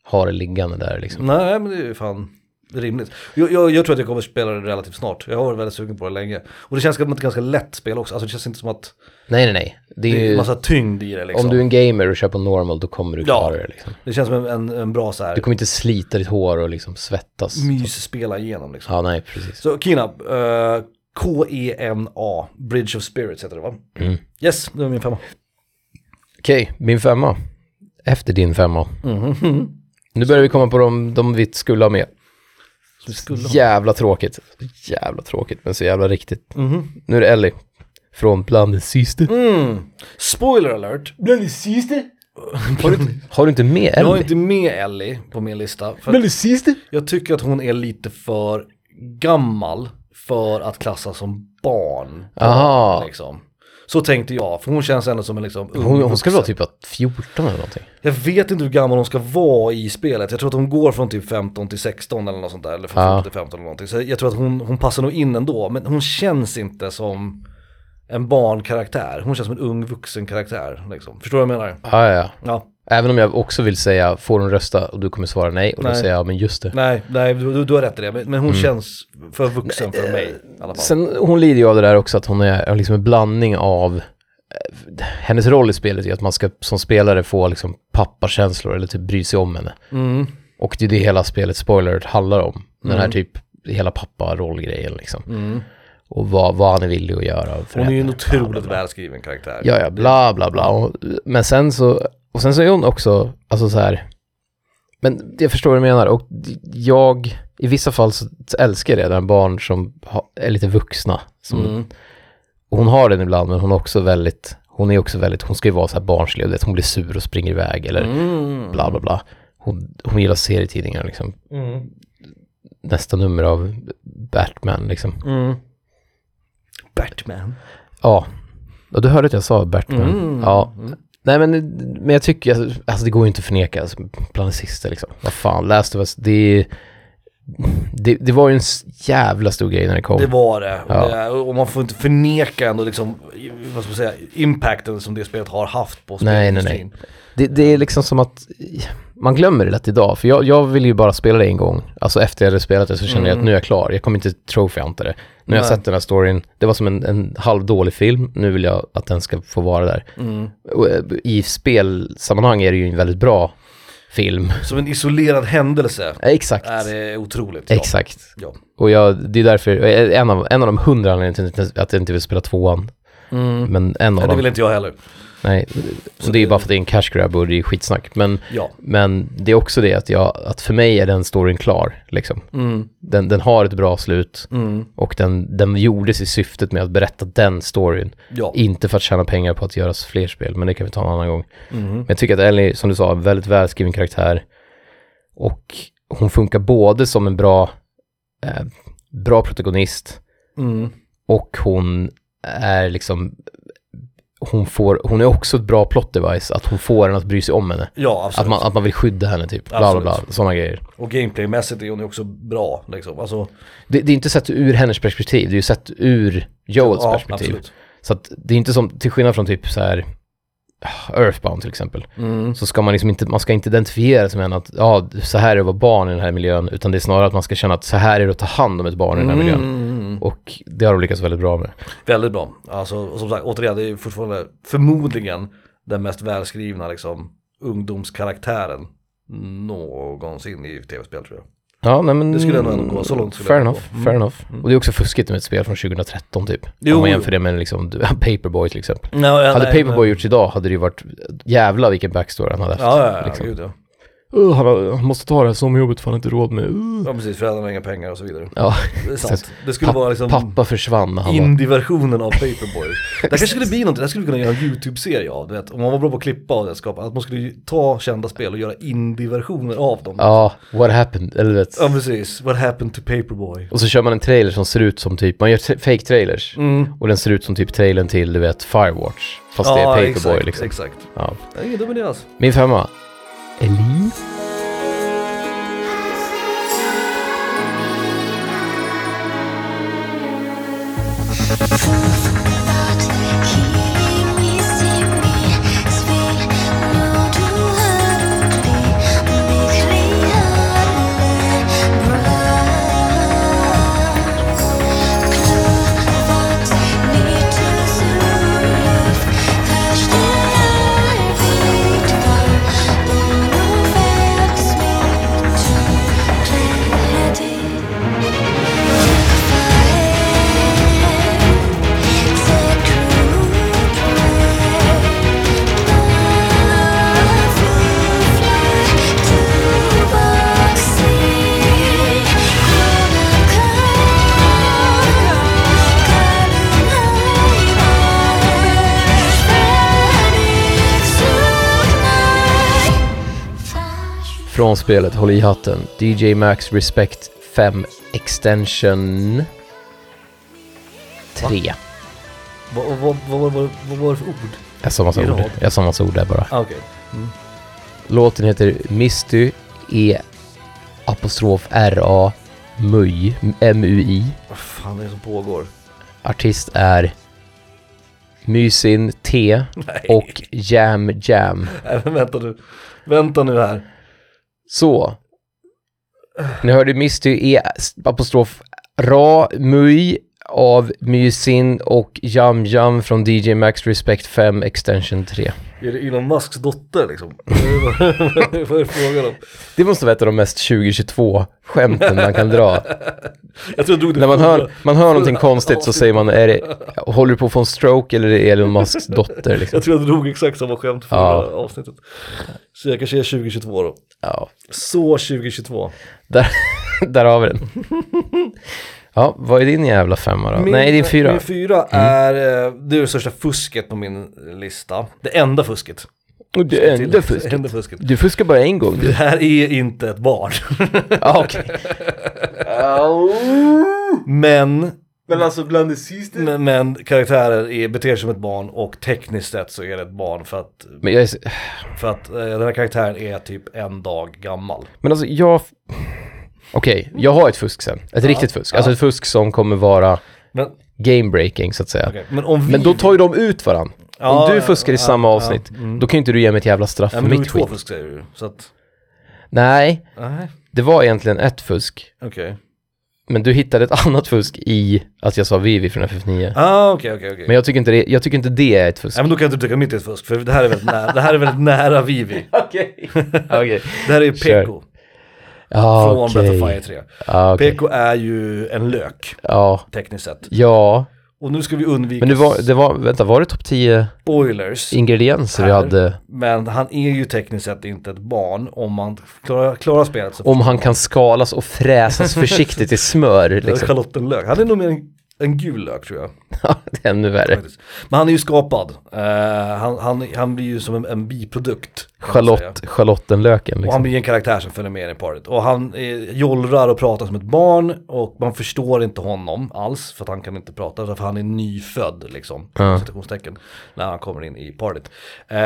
Speaker 2: ha det liggande där liksom.
Speaker 1: Nej, men det är ju fan rimligt. Jag, jag, jag tror att jag kommer spela det relativt snart. Jag har varit väldigt sugen på det länge. Och det känns som ett ganska lätt spel också. Alltså det känns inte som att
Speaker 2: Nej, nej, nej. Det är
Speaker 1: det
Speaker 2: ju,
Speaker 1: är massa tyngd i det liksom.
Speaker 2: om du är en gamer och kör på normal då kommer du
Speaker 1: Ja.
Speaker 2: klara det liksom.
Speaker 1: Det känns som en, en, en bra så här
Speaker 2: Du kommer inte
Speaker 1: Mm.
Speaker 2: slita ditt hår och liksom svettas.
Speaker 1: mysspela igenom liksom.
Speaker 2: Ja, nej, precis.
Speaker 1: Så Kina, eh, K-E-N-A, Bridge of Spirits heter det va?
Speaker 2: Mm.
Speaker 1: Yes, det var min femma.
Speaker 2: Okej, min femma. Efter din femma.
Speaker 1: Mhm.
Speaker 2: Nu börjar vi komma på de, de vi skulle ha med.
Speaker 1: Som vi skulle ha.
Speaker 2: Jävla tråkigt. Så Jävla tråkigt, men så jävla riktigt.
Speaker 1: Mhm.
Speaker 2: Nu är det Ellie. Från Bland det sista.
Speaker 1: Mm. Spoiler alert.
Speaker 2: Bland det sista? Har du, har du inte med
Speaker 1: Jag har
Speaker 2: Ellie?
Speaker 1: inte med Ellie på min lista. För
Speaker 2: Bland
Speaker 1: att
Speaker 2: det sista?
Speaker 1: jag tycker att hon är lite för gammal för att klassas som barn.
Speaker 2: Aha.
Speaker 1: Liksom. Så tänkte jag, för hon känns ändå som en liksom ung
Speaker 2: Hon, hon ska
Speaker 1: vuxen.
Speaker 2: vara typ att 14 eller någonting.
Speaker 1: Jag vet inte hur gammal hon ska vara i spelet. Jag tror att hon går från typ 15 till 16 eller något sånt där. Eller från
Speaker 2: Ja.
Speaker 1: 14 till 15 eller någonting. Så jag tror att hon, hon passar nog in ändå. Men hon känns inte som en barnkaraktär. Hon känns som en ung vuxen karaktär. Liksom. Förstår du vad jag menar?
Speaker 2: Ja, ja, ja.
Speaker 1: Ja.
Speaker 2: Även om jag också vill säga, får hon rösta? Och du kommer svara nej. Och då
Speaker 1: Nej.
Speaker 2: säger jag, ja, men just det.
Speaker 1: Nej, nej du, du- du har rätt i det. Men, men hon
Speaker 2: Mm.
Speaker 1: känns för vuxen för mig i alla fall.
Speaker 2: Sen, hon lider ju av det där också att hon är liksom en blandning av eh, hennes roll i spelet är att man ska som spelare få liksom pappakänslor eller typ bry sig om henne.
Speaker 1: Mm.
Speaker 2: Och det är det hela spelet, spoiler, alert, handlar om. Den här typ hela papparollgrejen liksom.
Speaker 1: Mm.
Speaker 2: Och vad, vad han är villig att göra. och
Speaker 1: Hon är ju en
Speaker 2: förändra.
Speaker 1: otroligt välskriven karaktär.
Speaker 2: Ja, ja, bla, bla, bla. Och, men sen så, och sen så är hon också, alltså så här, men jag förstår vad du menar och jag, i vissa fall så älskar jag redan barn som ha, är lite vuxna. Som,
Speaker 1: Mm.
Speaker 2: och Hon har den ibland, men hon är också väldigt, hon är också väldigt, hon ska ju vara så här barnslig, och det är att hon blir sur och springer iväg eller
Speaker 1: Mm.
Speaker 2: bla, bla, bla. Hon, hon gillar serietidningar liksom,
Speaker 1: Mm.
Speaker 2: nästa nummer av Batman liksom.
Speaker 1: Mm. Batman.
Speaker 2: Ja, och du hörde att jag sa Batman.
Speaker 1: Mm.
Speaker 2: Ja, Nej men, men jag tycker, alltså, alltså det går ju inte att förneka, alltså, bland det sista liksom. Vad fan, Last of Us, det, det, det var ju en s- jävla stor grej när det kom.
Speaker 1: Det var det. Och,
Speaker 2: Ja.
Speaker 1: det. och man får inte förneka ändå liksom, vad ska man säga, impacten som det spelet har haft på
Speaker 2: Nej, nej,
Speaker 1: spelindustrin.
Speaker 2: Det, det är liksom som att man glömmer det lätt idag, för jag, jag vill ju bara spela det en gång. Alltså efter jag hade spelat det så kände jag att nu är jag klar, jag kommer inte trofeanta det. Nu har jag
Speaker 1: Mm. Nej.
Speaker 2: sett den här storyn, det var som en, en halvdålig film, nu vill jag att den ska få vara där.
Speaker 1: Mm.
Speaker 2: Och, eh, I spelsammanhang är det ju en väldigt bra film.
Speaker 1: Som en isolerad händelse
Speaker 2: Exakt.
Speaker 1: är det otroligt. Ja.
Speaker 2: Exakt.
Speaker 1: Ja.
Speaker 2: Och jag, det är därför, eh, en av, en av de hundra anledningarna till att jag inte vill spela tvåan.
Speaker 1: Mm.
Speaker 2: Men en av
Speaker 1: Men det
Speaker 2: dem,
Speaker 1: vill inte jag heller.
Speaker 2: nej. Så det är bara för att det är en cash grab och det är skitsnack. Men,
Speaker 1: Ja.
Speaker 2: men det är också det att, jag, att för mig är den storyn klar, liksom.
Speaker 1: Mm.
Speaker 2: Den, den har ett bra slut
Speaker 1: Mm.
Speaker 2: och den, den gjordes i syftet med att berätta den storyn.
Speaker 1: Ja.
Speaker 2: Inte för att tjäna pengar på att göra fler spel, men det kan vi ta en annan gång.
Speaker 1: Mm.
Speaker 2: Men jag tycker att Ellie, som du sa, är en väldigt välskriven karaktär. Och hon funkar både som en bra, eh, bra protagonist
Speaker 1: Mm.
Speaker 2: och hon är liksom, hon, får, hon är också ett bra plot device, att hon får en att bry sig om henne.
Speaker 1: Ja,
Speaker 2: Att
Speaker 1: absolut.
Speaker 2: man, att man vill skydda henne typ, bla bla bla,
Speaker 1: Absolut.
Speaker 2: sådana grejer.
Speaker 1: Och gameplaymässigt är hon ju också bra. Liksom. Alltså,
Speaker 2: Det, det är inte sett ur hennes perspektiv, det är ju sett ur Joels
Speaker 1: ja,
Speaker 2: perspektiv. Så att det är inte som, till skillnad från typ så här ah, Earthbound till exempel,
Speaker 1: Mm.
Speaker 2: så ska man liksom inte, man ska inte identifiera sig med en att, ja, så här är det att vara barn i den här miljön, utan det är snarare att man ska känna att så här är det att ta hand om ett barn i den här miljön.
Speaker 1: Mm.
Speaker 2: Och det har de lyckats väldigt bra med.
Speaker 1: Väldigt bra. Alltså, och som sagt, återigen, det är ju fortfarande förmodligen den mest välskrivna liksom, ungdomskaraktären någonsin i tv-spel tror jag.
Speaker 2: Ja, nej men...
Speaker 1: Det skulle jag nog ändå gå, så långt skulle
Speaker 2: Fair
Speaker 1: jag
Speaker 2: enough,
Speaker 1: gå. Mm.
Speaker 2: fair enough. Och det är också fuskigt med ett spel från 2013 typ.
Speaker 1: Jo,
Speaker 2: Om man
Speaker 1: jo.
Speaker 2: jämför det med liksom, *laughs* du- Paperboy till exempel.
Speaker 1: No, ja,
Speaker 2: hade
Speaker 1: nej,
Speaker 2: Paperboy gjorts idag hade det ju varit, jävla vilken backstory han hade haft.
Speaker 1: men- Ja, ja, ja,
Speaker 2: liksom.
Speaker 1: gud ja.
Speaker 2: "Åh, han, har- han måste ta det här sommarjobbet för han har inte råd med. Uh.
Speaker 1: Ja precis, föräldrarna har inga pengar och så vidare.
Speaker 2: Ja,
Speaker 1: Det är sant. Det skulle vara liksom
Speaker 2: pappa försvann när han var...
Speaker 1: indie-versionen av
Speaker 2: *laughs*
Speaker 1: Paperboy. Det här kanske skulle bli något, det här skulle vi kunna göra en YouTube-serie av, du vet. Om man var bra på att klippa av det, skapa, att man skulle ju ta kända spel och göra indie-versioner av dem.
Speaker 2: Ja, what happened? Eller du vet.
Speaker 1: Ja precis, What happened to Paperboy?
Speaker 2: Och så kör man en trailer som ser ut som typ, man gör tra- fake trailers.
Speaker 1: Mm.
Speaker 2: Och den ser ut som typ trailern till, du vet, Firewatch. Fast det är
Speaker 1: ja,
Speaker 2: Paperboy
Speaker 1: exakt,
Speaker 2: liksom.
Speaker 1: Exakt.
Speaker 2: Ja.
Speaker 1: Det är ingen dum idé alls.
Speaker 2: Min femma. Ellie?
Speaker 3: Thank you
Speaker 2: Från spelet Håll i hatten. DJ Max Respect 5 Extension 3.
Speaker 1: Vad, vad, vad, vad, vad, vad var det för ord?
Speaker 2: Jag sa massa
Speaker 1: I
Speaker 2: ord.
Speaker 1: rad.
Speaker 2: Jag sa massa ord där bara.
Speaker 1: Ah, okej.
Speaker 2: Låten heter Misty E apostrof R A MUI M U I.
Speaker 1: Vad fan är det som pågår? *laughs*
Speaker 2: Artist är Mysin T och Jam Jam.
Speaker 1: Nej, Äh, men vänta nu. Vänta nu här.
Speaker 2: Så. Ni hörde Misty E apostrof Ra MUI av Mysin och Jam Jam från DJ Max Respect 5 Extension 3.
Speaker 1: Är det Elon Musks dotter liksom? *laughs* Vad är det frågan om?
Speaker 2: Det måste vara ett av de mest 2022 skämten man kan dra.
Speaker 1: Jag tror jag drog det
Speaker 2: När man
Speaker 1: förra.
Speaker 2: hör, man hör någonting konstigt så säger man, är det, håller du på att få en stroke eller är det Elon Musks dotter?
Speaker 1: *laughs*
Speaker 2: Liksom?
Speaker 1: Jag tror jag drog exakt samma skämt förra
Speaker 2: Ja.
Speaker 1: avsnittet. Så jag kanske är 2022 då.
Speaker 2: Ja,
Speaker 1: Så 2022.
Speaker 2: där, *laughs* där har vi den.
Speaker 1: *laughs*
Speaker 2: Ja, vad är din jävla femma då?
Speaker 1: Min-
Speaker 2: Nej, din fyra. Mm.
Speaker 1: Min fyra är, eh, det är det största fusket på min lista. Det enda fusket.
Speaker 2: Och Det enda fusk.
Speaker 1: Det enda fusket.
Speaker 2: Du fuskar bara en gång.
Speaker 1: *laughs* Det
Speaker 2: du.
Speaker 1: här är inte ett barn.
Speaker 2: Ja, okej.
Speaker 1: men,
Speaker 3: Men alltså bland det sista...
Speaker 1: men, men karaktärer är, beter sig som ett barn och tekniskt sett så är det ett barn för att,
Speaker 2: Men, jag, är så-
Speaker 1: för att eh, den här karaktären är typ en dag gammal.
Speaker 2: men alltså, jag... Okej, jag har ett fusk sen. Ett riktigt fusk. Alltså ett fusk som kommer vara
Speaker 1: Men,
Speaker 2: game-breaking, så att säga.
Speaker 1: okej, men om vi...
Speaker 2: Men då tar ju de ut varann.
Speaker 1: Ja,
Speaker 2: Om du fuskar i
Speaker 1: ja,
Speaker 2: samma
Speaker 1: ja, Mm.
Speaker 2: avsnitt, då kan ju inte du ge mig ett jävla straff
Speaker 1: ja,
Speaker 2: för
Speaker 1: men då är det
Speaker 2: mitt
Speaker 1: två
Speaker 2: skit.
Speaker 1: fusk säger du så att,
Speaker 2: Nej,
Speaker 1: nej,
Speaker 2: det var egentligen ett fusk.
Speaker 1: okej.
Speaker 2: Men du hittade ett *laughs* annat fusk i att jag sa Vivi från FF9.
Speaker 1: Ah, okej, okej, okej.
Speaker 2: Men jag tycker, inte det, jag tycker inte det är ett fusk.
Speaker 1: Ja, men då kan jag inte tycka mitt är ett fusk, för det här är väldigt nära, det här är väldigt nära Vivi. *laughs*
Speaker 2: Okej. Okej.
Speaker 1: Det här är
Speaker 2: Kör.
Speaker 1: Peko från
Speaker 2: Ja,
Speaker 1: Breath of Fire
Speaker 2: okej.
Speaker 1: 3.
Speaker 2: Ja, okej.
Speaker 1: Peko är ju en lök,
Speaker 2: Ja.
Speaker 1: tekniskt sett.
Speaker 2: Ja,
Speaker 1: Och nu ska vi undvika
Speaker 2: men det var, det var, vänta, var det topp 10
Speaker 1: spoilers.
Speaker 2: ingredienser vi
Speaker 1: Här.
Speaker 2: hade?
Speaker 1: Men han är ju tekniskt sett inte ett barn om man klarar, klarar spelet så
Speaker 2: Om han kan skalas och fräsas försiktigt
Speaker 1: *laughs*
Speaker 2: i smör, liksom.
Speaker 1: Charlottenlök. Han är nog mer en, en gul lök tror jag.
Speaker 2: Ja, det är ännu värre.
Speaker 1: faktiskt. Men han är ju skapad. Eh, han, han, han blir ju som en, en biprodukt. kan man säga.
Speaker 2: Charlotte, Charlottenlöken,
Speaker 1: Och han
Speaker 2: liksom.
Speaker 1: blir en karaktär som följer med i partiet. Och han eh, jollrar och pratar som ett barn och man förstår inte honom alls för att han kan inte prata för han är nyfödd liksom.
Speaker 2: Ja.
Speaker 1: Citationstecken. När han kommer in i partiet. Eh, det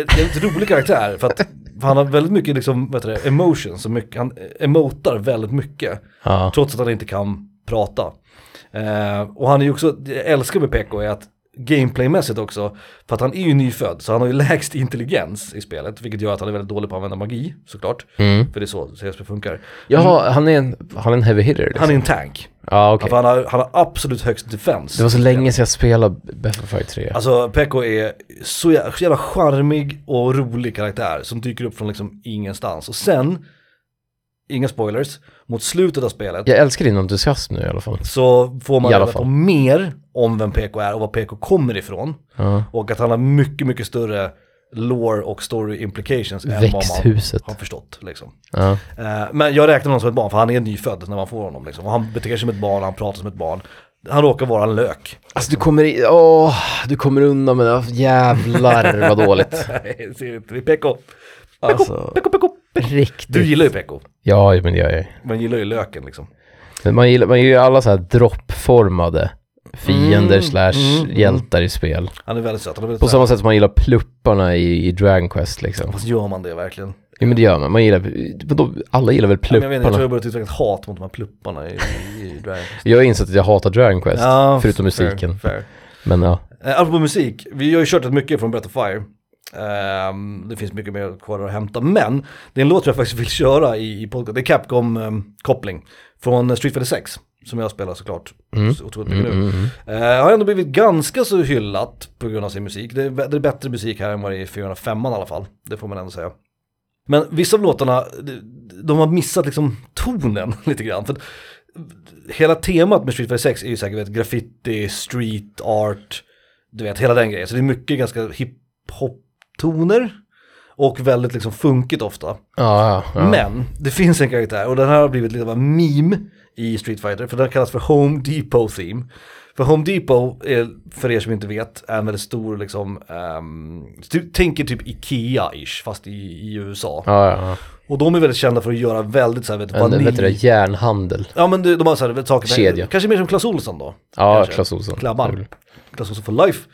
Speaker 1: är en rolig karaktär för att för han har väldigt mycket liksom, vad heter det, emotions. Och mycket, han eh, emotar väldigt mycket.
Speaker 2: Ja.
Speaker 1: Trots att han inte kan prata. Eh, och han är ju också, det jag älskar med Pekko är att gameplaymässigt också, för att han är ju nyfödd, så han har ju *laughs* lägst intelligens i spelet, vilket gör att han är väldigt dålig på att använda magi, såklart.
Speaker 2: Mm.
Speaker 1: För det är så CSP funkar.
Speaker 2: Jaha, han är en, han är en heavy hitter, liksom.
Speaker 1: Han är en tank.
Speaker 2: Ja, okej.
Speaker 1: För han, har, han har absolut högst defens.
Speaker 2: Det var så länge sedan jag spelade Battlefield 3.
Speaker 1: Alltså Pekko är så jävla, så jävla charmig och rolig karaktär som dyker upp från liksom ingenstans. Och sen, inga spoilers, mot slutet av spelet
Speaker 2: Jag älskar din entusiasm nu i alla fall.
Speaker 1: så får man
Speaker 2: I alla
Speaker 1: reda på
Speaker 2: fall.
Speaker 1: mer om vem PK är och var PK kommer ifrån.
Speaker 2: Ja.
Speaker 1: Och att han har mycket, mycket större lore och story implications än vad man
Speaker 2: Växthuset.
Speaker 1: har förstått. Liksom.
Speaker 2: Ja.
Speaker 1: Eh, men jag räknar honom som ett barn, för han är nyfödd när man får honom. Liksom. Och han beter sig som ett barn, han pratar som ett barn. Han råkar vara en lök. *laughs*
Speaker 2: Alltså du kommer, i- åh, du kommer undan med det. här. Jävlar vad dåligt.
Speaker 1: Nej, ser inte. Det är PK.
Speaker 2: Alltså,
Speaker 1: PK, PK.
Speaker 2: riktigt.
Speaker 1: *laughs* Du gillar ju PK.
Speaker 2: Ja, men det gör jag ju.
Speaker 1: Man gillar ju löken liksom.
Speaker 2: Men man gillar, man gillar ju alla så här droppformade fiender
Speaker 1: Mm,
Speaker 2: slash
Speaker 1: mm,
Speaker 2: hjältar i spel.
Speaker 1: Han är väldigt söt. Han är väldigt
Speaker 2: På
Speaker 1: söt.
Speaker 2: samma sätt som man gillar plupparna i, i Dragon Quest liksom.
Speaker 1: Fast gör man det verkligen?
Speaker 2: Ja, men det gör man. Man gillar, vadå, alla gillar väl
Speaker 1: Ja, men Jag, vet, inte, jag tror
Speaker 2: plupparna?
Speaker 1: jag börjat utveckla ett hat mot de här plupparna i, i
Speaker 2: *laughs*
Speaker 1: Dragon Quest.
Speaker 2: Jag har insett att jag hatar Dragon Quest,
Speaker 1: Ja,
Speaker 2: förutom
Speaker 1: fair,
Speaker 2: musiken.
Speaker 1: fair.
Speaker 2: Men ja.
Speaker 1: Eh, apropå musik, vi har ju kört rätt mycket från Breath of Fire. Ehm, det finns mycket mer kvar att hämta, men det är en låt jag faktiskt vill köra i, i podcast. Det är Capcom-koppling från Street Fighter 6, som jag spelar såklart
Speaker 2: Mm.
Speaker 1: så otroligt mycket
Speaker 2: Mm,
Speaker 1: nu.
Speaker 2: mm, mm.
Speaker 1: Eh, har ändå blivit ganska så hyllat på grund av sin musik. Det är, bä- det är bättre musik här än vad det är i 405 i alla fall, det får man ändå säga. Men vissa av låtarna, de- de har missat liksom tonen *laughs* lite grann. För att hela temat med Street Fighter 6 är ju säkert vet, graffiti, street art, du vet hela den grejen. Så det är mycket ganska hiphop-toner och väldigt liksom funkigt ofta.
Speaker 2: Ja, ja. ja.
Speaker 1: Men det finns en karaktär och den här har blivit lite av en meme i Street Fighter för den kallas för Home Depot Theme. För Home Depot, är, för er som inte vet, är en väldigt stor liksom, ehm, ty- tänker typ Ikea-ish fast i, i USA.
Speaker 2: Ja, ja, ja.
Speaker 1: Och de är väldigt kända för att göra väldigt så här, vet, du,
Speaker 2: En, vet du det,
Speaker 1: vanilj.
Speaker 2: järnhandel.
Speaker 1: Ja men det- de har så här, vet, saker
Speaker 2: Kedja.
Speaker 1: Kanske mer som Clas Ohlson då.
Speaker 2: Ja,
Speaker 1: Kanske.
Speaker 2: Clas Ohlson.
Speaker 1: Klabban. Clas Ohlson for life.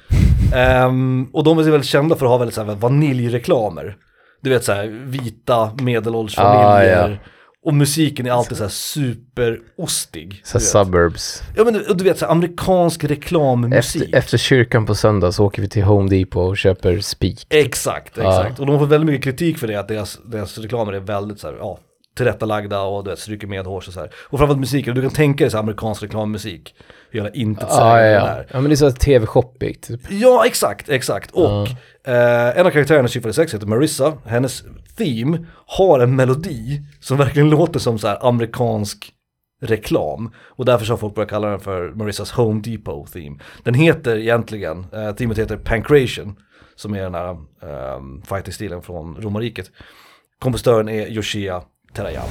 Speaker 1: Ehm, och de är väldigt kända för att ha väldigt så här, vaniljreklamer. Du vet så här, vita medelålders familjer.
Speaker 2: Ah, ja.
Speaker 1: Och musiken är alltid så här superostig.
Speaker 2: Så
Speaker 1: du
Speaker 2: här
Speaker 1: vet.
Speaker 2: suburbs.
Speaker 1: Ja men du- och du vet så här, amerikansk reklammusik.
Speaker 2: Efter, efter kyrkan på söndag så åker vi till Home Depot och köper spik.
Speaker 1: Exakt, exakt. Och de får väldigt mycket kritik för det, att deras, deras reklamer är väldigt så här, ja, tillrättalagda och du vet, stryker med och så här. Och framförallt musiken, du kan tänka dig så här amerikansk reklammusik. Hur jävla intetsägande
Speaker 2: Ah, Ja, ja,
Speaker 1: det
Speaker 2: ja.
Speaker 1: är.
Speaker 2: ja, men det är så här tv-shoppigt. Typ.
Speaker 1: Ja, exakt, exakt. Och eh, en av karaktärerna i Chiffre 6 heter Marissa, hennes theme har en melodi som verkligen *laughs* låter som så här amerikansk reklam. Och därför så har folk börjat kalla den för Marissas Home Depot theme. Den heter egentligen, eh, teamet heter Pancration, som är den här eh, fighting-stilen från romarriket. Kompositören är Yoshia Terayama.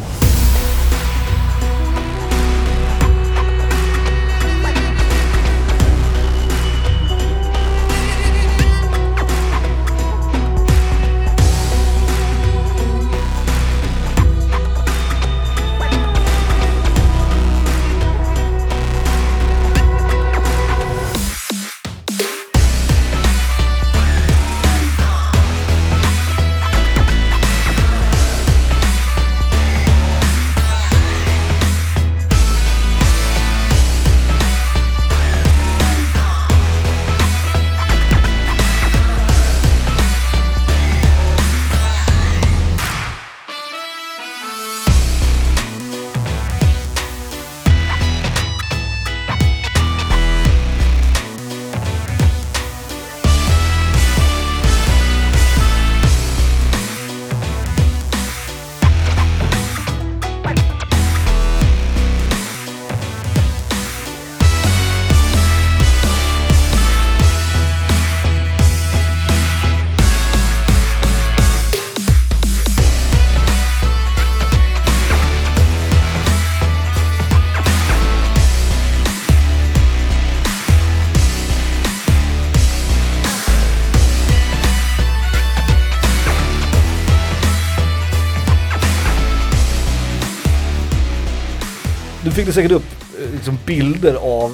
Speaker 1: Du fick det säkert upp eh, liksom bilder av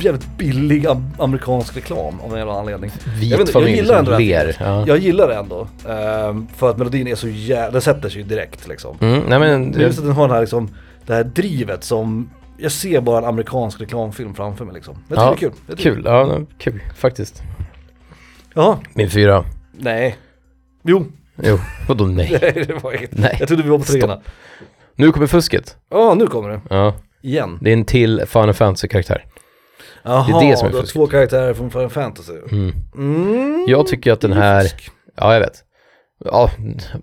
Speaker 1: jävligt billig am- amerikansk reklam av en jävla anledning. Jag vet
Speaker 2: Vit
Speaker 1: inte, jag
Speaker 2: familj
Speaker 1: gillar ändå
Speaker 2: som
Speaker 1: det här
Speaker 2: ler. Ja.
Speaker 1: Jag gillar det ändå. ehm, för att melodin är så jävla, den sätter sig ju direkt liksom.
Speaker 2: Mm, nej men,
Speaker 1: Men just att den har den här, liksom, det här drivet som, jag ser bara en amerikansk reklamfilm framför mig liksom. Jag tycker
Speaker 2: ja,
Speaker 1: det är kul. Jag tycker-
Speaker 2: Kul, ja, nej, kul faktiskt.
Speaker 1: Jaha,
Speaker 2: Min fyra.
Speaker 1: nej. Jo, *laughs*
Speaker 2: Jo, vadå nej?
Speaker 1: det var inget.
Speaker 2: Nej.
Speaker 1: Jag trodde vi var på
Speaker 2: Stopp.
Speaker 1: treorna.
Speaker 2: Nu kommer fusket.
Speaker 1: Ja, nu kommer det.
Speaker 2: Ja,
Speaker 1: Igen.
Speaker 2: det är en till Final Fantasy-karaktär.
Speaker 1: Jaha,
Speaker 2: det som är
Speaker 1: du har
Speaker 2: fusket.
Speaker 1: två karaktärer från Final Fantasy.
Speaker 2: Mm.
Speaker 1: Mm.
Speaker 2: Jag tycker att den här,
Speaker 1: Fusk.
Speaker 2: ja jag vet. Ja,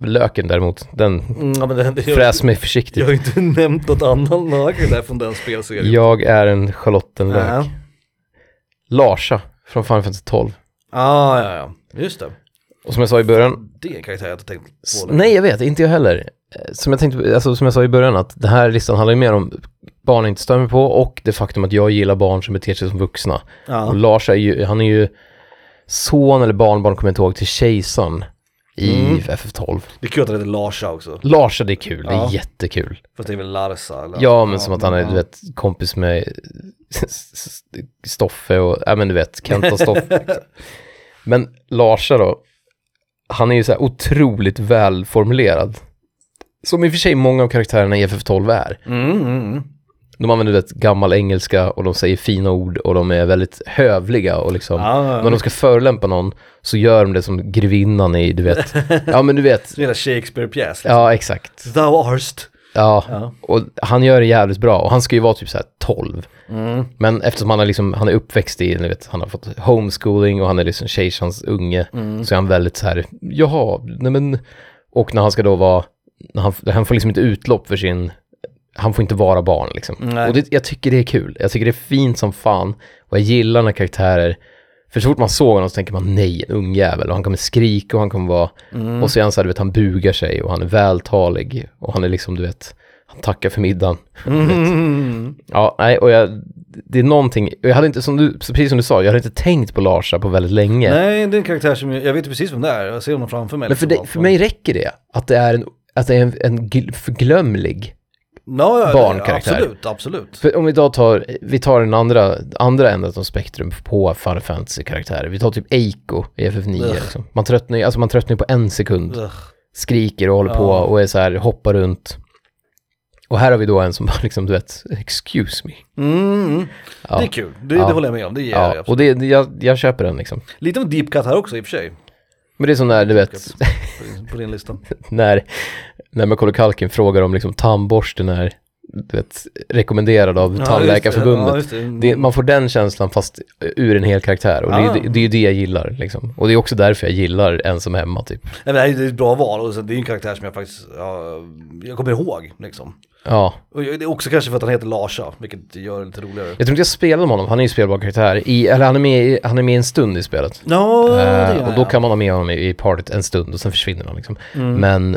Speaker 2: löken däremot, den
Speaker 1: Mm, ja, men det, det, jag,
Speaker 2: fräs mig
Speaker 1: jag
Speaker 2: försiktigt.
Speaker 1: har ju inte *laughs* nämnt något annat lager där från den spelserien.
Speaker 2: Jag är en Charlottenlök.
Speaker 1: Ja.
Speaker 2: Larsa från Final Fantasy 12.
Speaker 1: Ah, ja, ja, just det.
Speaker 2: Och som jag sa i början,
Speaker 1: Det är en karaktär jag inte tänkt
Speaker 2: S-
Speaker 1: på.
Speaker 2: Nej, jag vet, inte jag heller. Eh, Som jag, tänkte, alltså, som jag sa i början, att den här listan handlar ju mer om barn jag inte stör mig på och det faktum att jag gillar barn som beter sig som vuxna. Och
Speaker 1: Ja.
Speaker 2: Lars är ju, han är ju son eller barnbarn, kommer jag inte ihåg, till kejsaren i
Speaker 1: Mm.
Speaker 2: FF12.
Speaker 1: Det är kul att han heter Larsa också.
Speaker 2: Lars, det är kul, det
Speaker 1: Ja.
Speaker 2: är jättekul.
Speaker 1: Fast det är väl Larsa? Eller?
Speaker 2: Ja, men som att han är,
Speaker 1: ja.
Speaker 2: du vet, kompis med Stoffe och, ja men du vet, Kent och Stoffe.
Speaker 1: *laughs*
Speaker 2: liksom. men Larsa då, han är ju så här otroligt välformulerad. Som i och för sig många av karaktärerna i FF12 är.
Speaker 1: Mm, mm, mm.
Speaker 2: De använder du vet, gammal engelska och de säger fina ord och de är väldigt hövliga och liksom,
Speaker 1: Ja,
Speaker 2: när de ska förolämpa någon så gör de det som grevinnan i, du vet,
Speaker 1: *laughs*
Speaker 2: ja men du vet,
Speaker 1: Det är en Shakespeare-pjäs. Liksom.
Speaker 2: ja exakt.
Speaker 1: Thou arst.
Speaker 2: Ja,
Speaker 1: Ja.
Speaker 2: och han gör det jävligt bra och han ska ju vara typ så här 12.
Speaker 1: Mm.
Speaker 2: Men eftersom han är, liksom, han är uppväxt i, ni vet, han har fått homeschooling och han är liksom kejsarens unge, så är han väldigt så här, jaha, nej men, och när han ska då vara, när han, han får liksom inte utlopp för sin, han får inte vara barn liksom.
Speaker 1: Nej.
Speaker 2: Och det, jag tycker det är kul, jag tycker det är fint som fan, och jag gillar när karaktärer, för så fort man såg honom så tänker man nej, en ung jävel, och han kommer skrika och han kommer vara, och så är han så här, du vet, han bugar sig och han är vältalig och han är liksom, du vet, han tackar för middagen.
Speaker 1: Mm.
Speaker 2: Ja, nej, och jag, det är någonting, och jag hade inte, som du, precis som du sa, jag hade inte tänkt på Larsa på väldigt länge.
Speaker 1: Nej, det är en karaktär som jag, jag vet ju precis vem det är. Jag ser honom framför mig.
Speaker 2: Men för,
Speaker 1: liksom,
Speaker 2: det, för mig räcker det, att det är en, att det är en, en gl- förglömlig.
Speaker 1: Ja, ja, ja,
Speaker 2: Barnkaraktär.
Speaker 1: Absolut, absolut.
Speaker 2: För om vi då tar, vi tar den andra, andra änden av spektrum på Final Fantasy-karaktärer. Vi tar typ Eiko i FF9
Speaker 1: Ugh.
Speaker 2: liksom. Man tröttnar ju, alltså man tröttnar ju på en sekund.
Speaker 1: Ugh.
Speaker 2: Skriker och håller på
Speaker 1: Ja.
Speaker 2: och är så här, hoppar runt. Och här har vi då en som bara *laughs* liksom, du vet, excuse me.
Speaker 1: Mm, mm.
Speaker 2: Ja.
Speaker 1: Det är kul, det,
Speaker 2: Ja.
Speaker 1: det håller jag med om. Det ger jag
Speaker 2: Ja,
Speaker 1: absolut.
Speaker 2: och det, det- jag, jag köper den liksom.
Speaker 1: Lite av en deep cut här också i och för sig.
Speaker 2: Men det är som när, du vet,
Speaker 1: På din, på din
Speaker 2: *laughs*
Speaker 1: lista.
Speaker 2: när, när Macaulay Culkin frågar om liksom tandborsten är, du vet, rekommenderad av Tandläkarförbundet.
Speaker 1: just det. Ja, just det.
Speaker 2: Det, man får den känslan fast ur en hel karaktär och det, är ju-
Speaker 1: Ah.
Speaker 2: det, det är ju det jag gillar liksom. Och det är också därför jag gillar ensam hemma typ.
Speaker 1: Nej, men det här är ju ett bra val och så det är ju en karaktär som jag faktiskt, ja, jag kommer ihåg liksom.
Speaker 2: Ja,
Speaker 1: Och det är också kanske för att han heter Larsa, vilket gör det lite roligare.
Speaker 2: jag tror inte jag spelar med honom, han är ju spelbar karaktär. I, eller han är, med, i- han är med en stund i spelet.
Speaker 1: Ja, Mm. det gör
Speaker 2: Eh, och då
Speaker 1: jag.
Speaker 2: kan man ha med honom i, i partyt en stund och sen försvinner han liksom. Men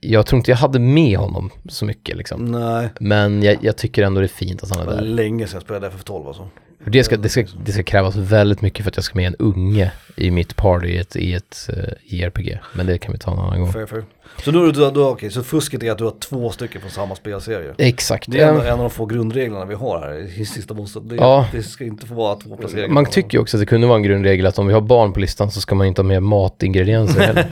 Speaker 2: jag tror inte jag hade med honom så mycket liksom.
Speaker 1: Nej,
Speaker 2: Men jag, jag tycker ändå det är fint att han
Speaker 1: det
Speaker 2: är
Speaker 1: var
Speaker 2: där.
Speaker 1: länge sedan jag spelade FF12 alltså.
Speaker 2: För Det ska, det, ska, det ska krävas väldigt mycket för att jag ska med en unge i mitt party i ett, i ett eh, JRPG. Men det kan vi ta en annan gång.
Speaker 1: Fair, fair. Så nu är du, du, okej, så fusket är att du har två stycken från samma spelserie.
Speaker 2: Exakt.
Speaker 1: Det är en,
Speaker 2: Eh,
Speaker 1: en av de få grundreglerna vi har här i sista bostaden. Det,
Speaker 2: Ja.
Speaker 1: det ska inte få vara två placeringar.
Speaker 2: Man tycker ju också att det kunde vara en grundregel att om vi har barn på listan så ska man ju inte ha med matingredienser
Speaker 1: *laughs*
Speaker 2: heller.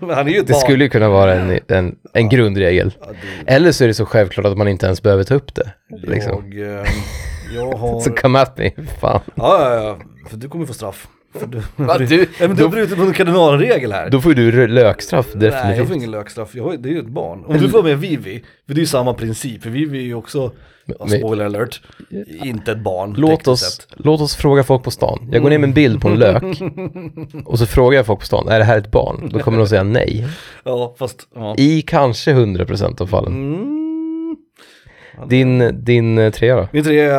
Speaker 1: *laughs* Men han är ju ett
Speaker 2: Det
Speaker 1: barn.
Speaker 2: skulle ju kunna vara en, en, en grundregel.
Speaker 1: Ja, det-
Speaker 2: Eller så är det så självklart att man inte ens behöver ta upp det. Liksom.
Speaker 1: Jag, eh,
Speaker 2: *laughs*
Speaker 1: jag har...
Speaker 2: Så come at me, fan.
Speaker 1: Ja, ja, ja, för du kommer få straff. För du,
Speaker 2: *laughs* Va, du-
Speaker 1: ja, men du har
Speaker 2: då-
Speaker 1: brutit mot en kardinalregel här.
Speaker 2: Då får ju du rö- lökstraff
Speaker 1: Nej, jag får
Speaker 2: definitivt.
Speaker 1: ingen lökstraff. Jag har, ju- det är ju ett barn. Om du får med Vivi, för det är ju samma princip. För Vivi är ju också, ja,
Speaker 2: men-
Speaker 1: spoiler alert, inte ett barn.
Speaker 2: Låt
Speaker 1: tekniskt
Speaker 2: oss,
Speaker 1: sett.
Speaker 2: låt oss fråga folk på stan. Jag går ner med en bild på
Speaker 1: *laughs*
Speaker 2: en lök och så frågar jag folk på stan, är det här ett barn? Då kommer de säga nej.
Speaker 1: Ja, fast... Ja.
Speaker 2: I kanske 100% av fallen.
Speaker 1: Mm.
Speaker 2: Din, din eh, trea då?
Speaker 1: Min trea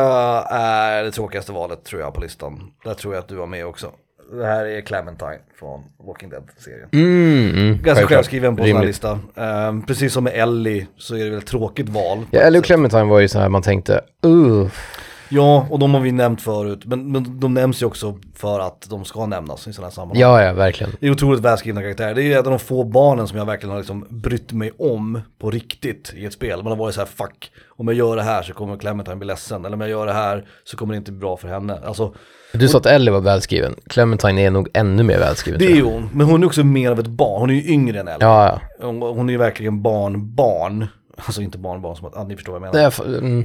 Speaker 1: är det tråkigaste valet tror jag på listan. Där tror jag att du var med också. Det här är Clementine från Walking Dead-serien.
Speaker 2: Mm, mm,
Speaker 1: Ganska
Speaker 2: självklart.
Speaker 1: självskriven på den här
Speaker 2: Rimligt.
Speaker 1: lista. Ehm, precis som med Ellie så är det väl ett tråkigt val.
Speaker 2: Ja, Ellie och Clementine var ju så här man tänkte, uff.
Speaker 1: Ja, och de har vi nämnt förut. Men, men de nämns ju också för att de ska nämnas i sådana här sammanhang.
Speaker 2: Ja, ja, verkligen.
Speaker 1: Det är otroligt välskrivna karaktärer. Det är ju en av de få barnen som jag verkligen har liksom brytt mig om på riktigt i ett spel. Man har varit så här, fuck, om jag gör det här så kommer Clementine bli ledsen. Eller om jag gör det här så kommer det inte bli bra för henne. Alltså,
Speaker 2: Du sa att Ellie var välskriven. Clementine är nog ännu mer välskriven.
Speaker 1: det
Speaker 2: tror
Speaker 1: är
Speaker 2: jag.
Speaker 1: ju hon. Men hon är också mer av ett barn. Hon är ju yngre än Ellie.
Speaker 2: Ja, ja.
Speaker 1: Hon, hon är ju verkligen barnbarn. Alltså inte barnbarn som att, ah, ni förstår vad jag
Speaker 2: Det
Speaker 1: menar.
Speaker 2: är, f- mm,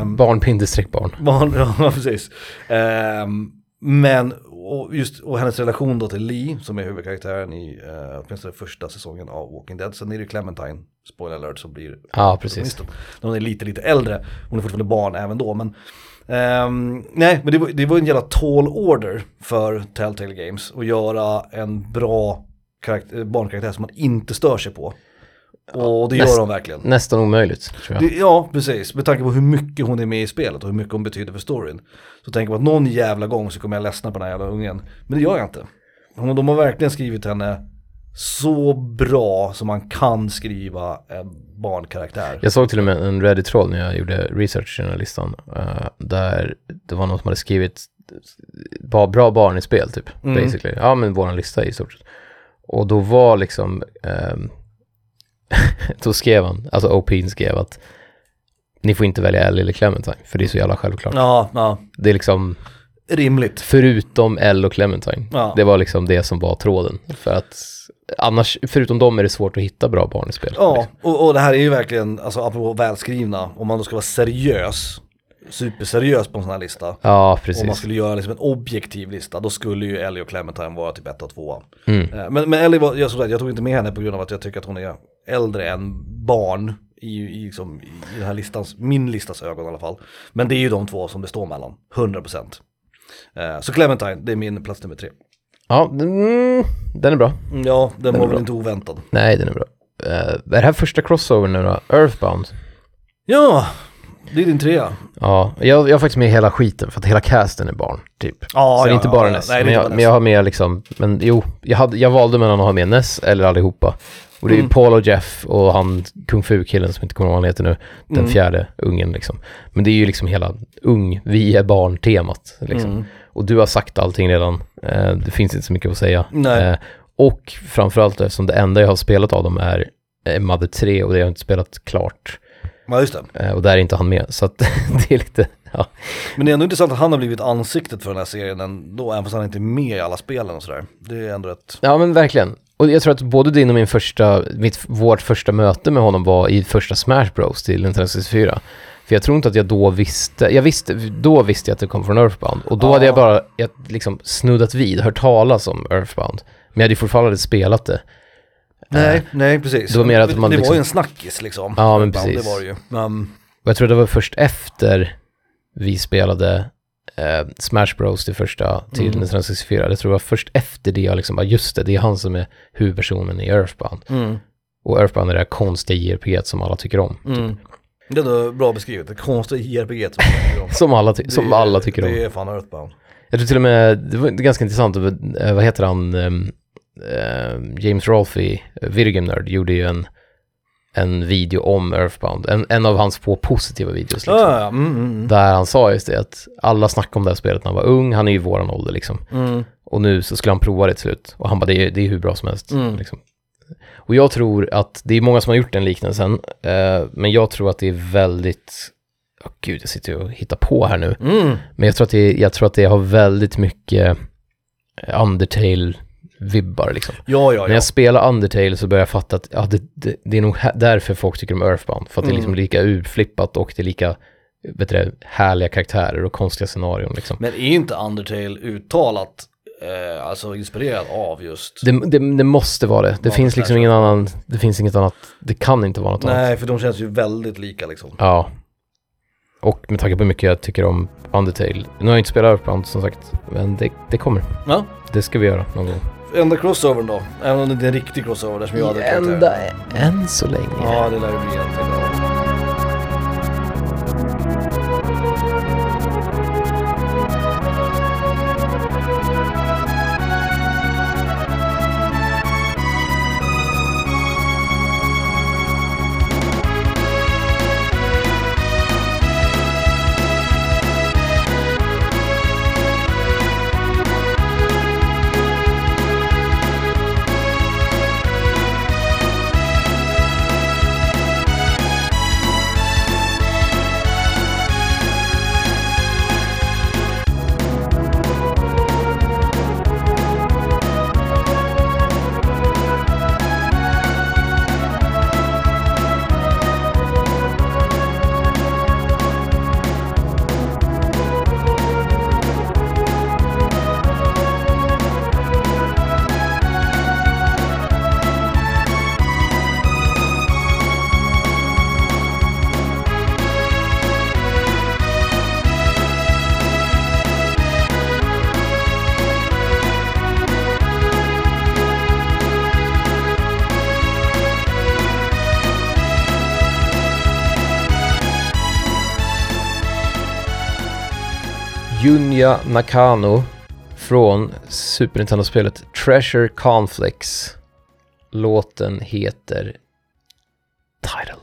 Speaker 1: Ehm,
Speaker 2: barn, pindestreck, barn.
Speaker 1: Barn, *laughs* ja precis. Ehm, men, och, just, och hennes relation då till Lee, som är huvudkaraktären i uh, åtminstone första säsongen av Walking Dead. Sen är det ju Clementine, spoiler alert, som blir
Speaker 2: Ja, precis.
Speaker 1: protagonisten. När hon är lite, lite äldre. Hon är fortfarande barn även då. Men, ehm, nej, men det var, det var en jävla tall order för Telltale Games att göra en bra karaktär, barnkaraktär som man inte stör sig på. Och det gör de
Speaker 2: nästan.
Speaker 1: verkligen.
Speaker 2: Nästan omöjligt, tror jag.
Speaker 1: Det, ja, precis. Med tanke på hur mycket hon är med i spelet och hur mycket hon betyder för storyn. Så tänker man att någon jävla gång så kommer jag ledsna på den här jävla ungen. Men det gör jag inte. Hon, de har verkligen skrivit henne så bra som man kan skriva en barnkaraktär.
Speaker 2: Jag såg till och med en Reddit-tråd när jag gjorde research i den här listan. eh, där det var någon som hade skrivit ba- bra barn i spel typ.
Speaker 1: Mm.
Speaker 2: Basically. Ja men våran lista i stort sett. Och då var liksom, ehm, *laughs* då skrev han, alltså OP'n skrev att ni får inte välja Elle eller Clementine, för det är så jävla självklart.
Speaker 1: Ja, ja.
Speaker 2: Det är liksom,
Speaker 1: Rimligt.
Speaker 2: förutom Elle och Clementine,
Speaker 1: Ja.
Speaker 2: det var liksom det som var tråden. För att annars, förutom dem är det svårt att hitta bra barn i spel.
Speaker 1: Ja, och, och det här är ju verkligen, alltså apropå välskrivna, om man då ska vara seriös, superseriös på en sån här lista.
Speaker 2: ja
Speaker 1: Om man
Speaker 2: precis.
Speaker 1: skulle göra liksom en objektiv lista, då skulle ju Ellie och Clementine vara typ etta och tvåa.
Speaker 2: Mm.
Speaker 1: Eh, Men, men Ellie, var, jag, som sagt, jag tog inte med henne på grund av att jag tycker att hon är äldre än barn i, i, liksom, i den här listans, min listas ögon i alla fall. Men det är ju de två som det står mellan, 100%. Eh, Så Clementine, det är min plats nummer tre.
Speaker 2: Ja, mm, den är bra.
Speaker 1: Mm, Ja, den
Speaker 2: är
Speaker 1: var väl
Speaker 2: bra.
Speaker 1: inte oväntad.
Speaker 2: Nej, den är bra. Eh, är det här första crossovern nu då? Earthbound?
Speaker 1: Ja, det är din trea.
Speaker 2: Ja, jag, jag har faktiskt med hela skiten för att hela casten är barn, typ.
Speaker 1: Ja,
Speaker 2: så det
Speaker 1: ja,
Speaker 2: är inte bara
Speaker 1: ja,
Speaker 2: Ness.
Speaker 1: nej, det är
Speaker 2: men,
Speaker 1: inte
Speaker 2: jag,
Speaker 1: bara
Speaker 2: men jag har med liksom, men jo, jag, hade, jag valde mellan att ha med Ness eller allihopa. Och det är ju
Speaker 1: Mm.
Speaker 2: Paul och Jeff och han kung fu-killen som inte kommer ihåg vad han heter nu, den
Speaker 1: Mm.
Speaker 2: fjärde ungen liksom. Men det är ju liksom hela ung, vi är barn-temat liksom.
Speaker 1: Mm.
Speaker 2: Och du har sagt allting redan, eh, det finns inte så mycket att säga.
Speaker 1: Nej.
Speaker 2: Eh, och framförallt eftersom det enda jag har spelat av dem är eh, Mother 3 och det har jag inte spelat klart.
Speaker 1: Ja, just det.
Speaker 2: Eh, och där är inte han med, så att *laughs* det är lite, ja.
Speaker 1: Men det är ändå intressant att han har blivit ansiktet för den här serien ändå, även fast han inte är med i alla spelen och sådär. Det är ändå rätt...
Speaker 2: Ja men verkligen. Och jag tror att både din och min första, mitt, vårt första möte med honom var i första Smash Bros till Nintendo 64. För jag tror inte att jag då visste, jag visste, då visste jag att det kom från Earthbound. Och då
Speaker 1: Ja.
Speaker 2: hade jag bara jag, liksom snuddat vid, hört talas om Earthbound. Men jag hade ju fortfarande aldrig spelat det.
Speaker 1: Nej, nej precis.
Speaker 2: Eh, det var mer att man
Speaker 1: det var
Speaker 2: liksom-
Speaker 1: ju en snackis liksom.
Speaker 2: Ja, men
Speaker 1: Ibland,
Speaker 2: precis.
Speaker 1: Det var det ju. Men,
Speaker 2: Och jag tror det var först efter vi spelade eh, Smash Bros det första till
Speaker 1: Mm.
Speaker 2: Nintendo 64. Jag tror det var först efter det jag liksom bara, just det, det är han som är huvudpersonen i Earthbound.
Speaker 1: mm,
Speaker 2: Och Earthbound är det här konstiga JRP som alla tycker om.
Speaker 1: mm. Det är ändå bra beskrivet, det konstiga JRPG som jag tycker om.
Speaker 2: *laughs* Som alla, ty- som
Speaker 1: Det är-
Speaker 2: alla tycker om.
Speaker 1: Det är fan Earthbound.
Speaker 2: Jag tror till och med, det var ganska intressant, det var- eh, vad heter han, ehm, ehm, James Rolfe, eh, Video Game Nerd, gjorde ju en, en video om Earthbound, en, en av hans få positiva videos liksom.
Speaker 1: Ja, ja, mm, mm,
Speaker 2: Där han sa just det att alla snackade om det här spelet när han var ung, han är ju våran ålder liksom.
Speaker 1: mm.
Speaker 2: Och nu så skulle han prova det till slut. Och han bara, det är, det är hur bra som helst.
Speaker 1: Mm.
Speaker 2: Liksom. Och jag tror att, det är många som har gjort den liknelsen, eh, men jag tror att det är väldigt, oh, gud jag sitter ju och hittar på här nu.
Speaker 1: Mm.
Speaker 2: Men jag tror att det, jag tror att det har väldigt mycket eh, Undertale-vibbar liksom.
Speaker 1: Ja, ja,
Speaker 2: När
Speaker 1: ja.
Speaker 2: jag spelar Undertale så börjar jag fatta att ja, det, det, det är nog här- därför folk tycker om Earthbound. För att det är liksom
Speaker 1: Mm.
Speaker 2: lika urflippat och det är lika vet du, det, härliga karaktärer och konstiga scenarion liksom.
Speaker 1: Men är inte Undertale uttalat, eh, alltså inspirerad av just...
Speaker 2: Det, det, det måste vara det. Det
Speaker 1: Ja,
Speaker 2: finns liksom
Speaker 1: kanske.
Speaker 2: ingen annan, det finns inget annat, det kan inte vara något annat.
Speaker 1: Nej, för de känns ju väldigt lika liksom.
Speaker 2: Ja. Och med tanke på hur mycket jag tycker om Undertale. Nu har jag inte spelat Earthbound som sagt, men det, det kommer.
Speaker 1: Ja.
Speaker 2: Det ska vi göra någon gång.
Speaker 1: Enda crossovern då, även om det inte är en riktig crossover där som jag hade tänkt här.
Speaker 2: än så länge.
Speaker 1: Ja, det lär ju bli en till. ja.
Speaker 2: Junya Nakano från Super Nintendo-spelet Treasure Conflicts. Låten heter Title.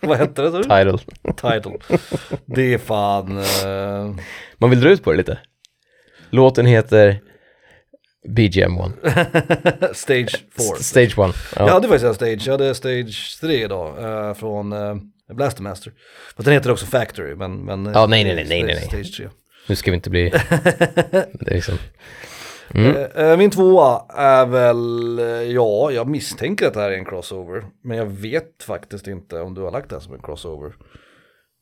Speaker 1: Vad hette det? sa du?
Speaker 2: Title.
Speaker 1: Title. Det är fan... eh,
Speaker 2: Man vill dra ut på det lite. Låten heter BGM1.
Speaker 1: stage 4.
Speaker 2: *laughs* Stage 1.
Speaker 1: Jag
Speaker 2: Ja.
Speaker 1: hade faktiskt en stage, jag hade stage 3 idag eh, från eh, Blastermaster. Fast den heter också Factory, men... men eh,
Speaker 2: Ja, nej, nej, nej, nej, nej, nej.
Speaker 1: Stage 3.
Speaker 2: Nu ska vi inte *laughs* bli... Det är liksom... Mm.
Speaker 1: Eh, eh, Min tvåa är väl, eh, ja, jag misstänker att det här är en crossover. Men jag vet faktiskt inte om du har lagt det här som en crossover.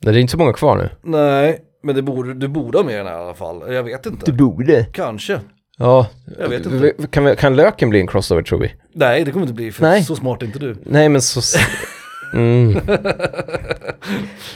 Speaker 2: Nej, det är inte så många kvar nu.
Speaker 1: Nej, men det borde, du borde ha med den här i alla fall. Jag vet inte.
Speaker 2: borde.
Speaker 1: Kanske.
Speaker 2: Ja.
Speaker 1: Jag vet inte.
Speaker 2: Kan, vi, kan löken bli en crossover tror vi?
Speaker 1: Nej, det kommer inte bli, för
Speaker 2: Nej.
Speaker 1: så smart är inte du.
Speaker 2: Nej, men så... *laughs* s- Mm.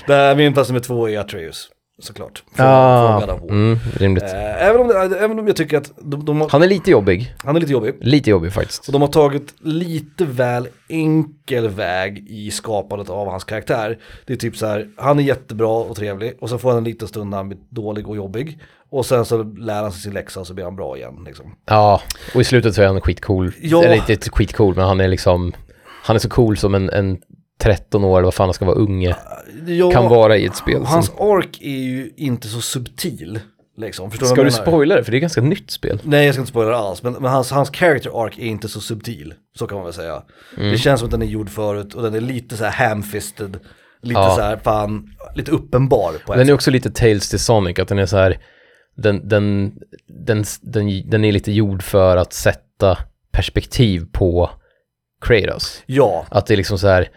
Speaker 1: Nej, min plats nummer två är Atreus, såklart. Från, från God
Speaker 2: Ah,
Speaker 1: of War.
Speaker 2: mm, rimligt.
Speaker 1: Eh, även, om det, även om jag tycker att de, de har,
Speaker 2: Han är lite jobbig.
Speaker 1: han är lite jobbig.
Speaker 2: Lite jobbig faktiskt.
Speaker 1: Och de har tagit lite väl enkel väg i skapandet av hans karaktär. Det är typ så här, han är jättebra och trevlig och sen får han en liten stund när han blir dålig och jobbig. Och sen så lär han sig sin läxa och så blir han bra igen. Liksom.
Speaker 2: Ja, och i slutet så är han skitcool.
Speaker 1: Ja.
Speaker 2: Eller inte ett skitcool, men han är liksom... Han är så cool som en, en 13 år, eller vad fan han ska vara, unge.
Speaker 1: Ja,
Speaker 2: Kan vara i ett spel.
Speaker 1: Hans
Speaker 2: som,
Speaker 1: ark är ju inte så subtil Liksom, förstår
Speaker 2: Ska
Speaker 1: vad
Speaker 2: du
Speaker 1: jag menar?
Speaker 2: spoila det? För det är ganska nytt spel.
Speaker 1: Nej jag ska inte spoila det alls, men, men hans, hans character arc är inte så subtil, så kan man väl säga.
Speaker 2: Mm.
Speaker 1: Det känns som att den är gjord förut och den är lite så här hamfisted, lite
Speaker 2: Ja.
Speaker 1: så här fan, lite uppenbar på ett
Speaker 2: Den är också lite Tales till Sonic, att den är så här, den, den, den, den, den är lite gjord för att sätta perspektiv på Kratos.
Speaker 1: Ja,
Speaker 2: Att det är liksom så här,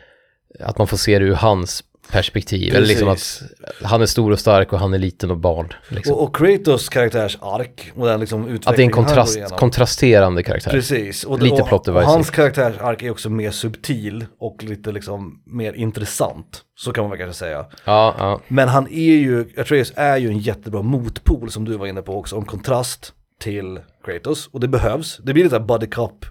Speaker 2: att man får se det ur hans perspektiv. Eller liksom att
Speaker 1: Precis.
Speaker 2: han är stor och stark och han är liten och barn. Liksom.
Speaker 1: och, och Kratos karaktärsark och den liksom utvecklingen
Speaker 2: att det är
Speaker 1: han
Speaker 2: en
Speaker 1: går
Speaker 2: kontrast,
Speaker 1: igenom.
Speaker 2: kontrasterande karaktär.
Speaker 1: Precis, och,
Speaker 2: Lite
Speaker 1: och,
Speaker 2: plot
Speaker 1: och
Speaker 2: device.
Speaker 1: hans karaktärsark är också mer subtil och lite liksom mer intressant, så kan man väl kanske säga.
Speaker 2: Ja,
Speaker 1: *laughs*
Speaker 2: ja.
Speaker 1: Men han är ju, Atreus är ju en jättebra motpol som du var inne på också, om kontrast till Kratos. Och det behövs, det blir lite här buddy cop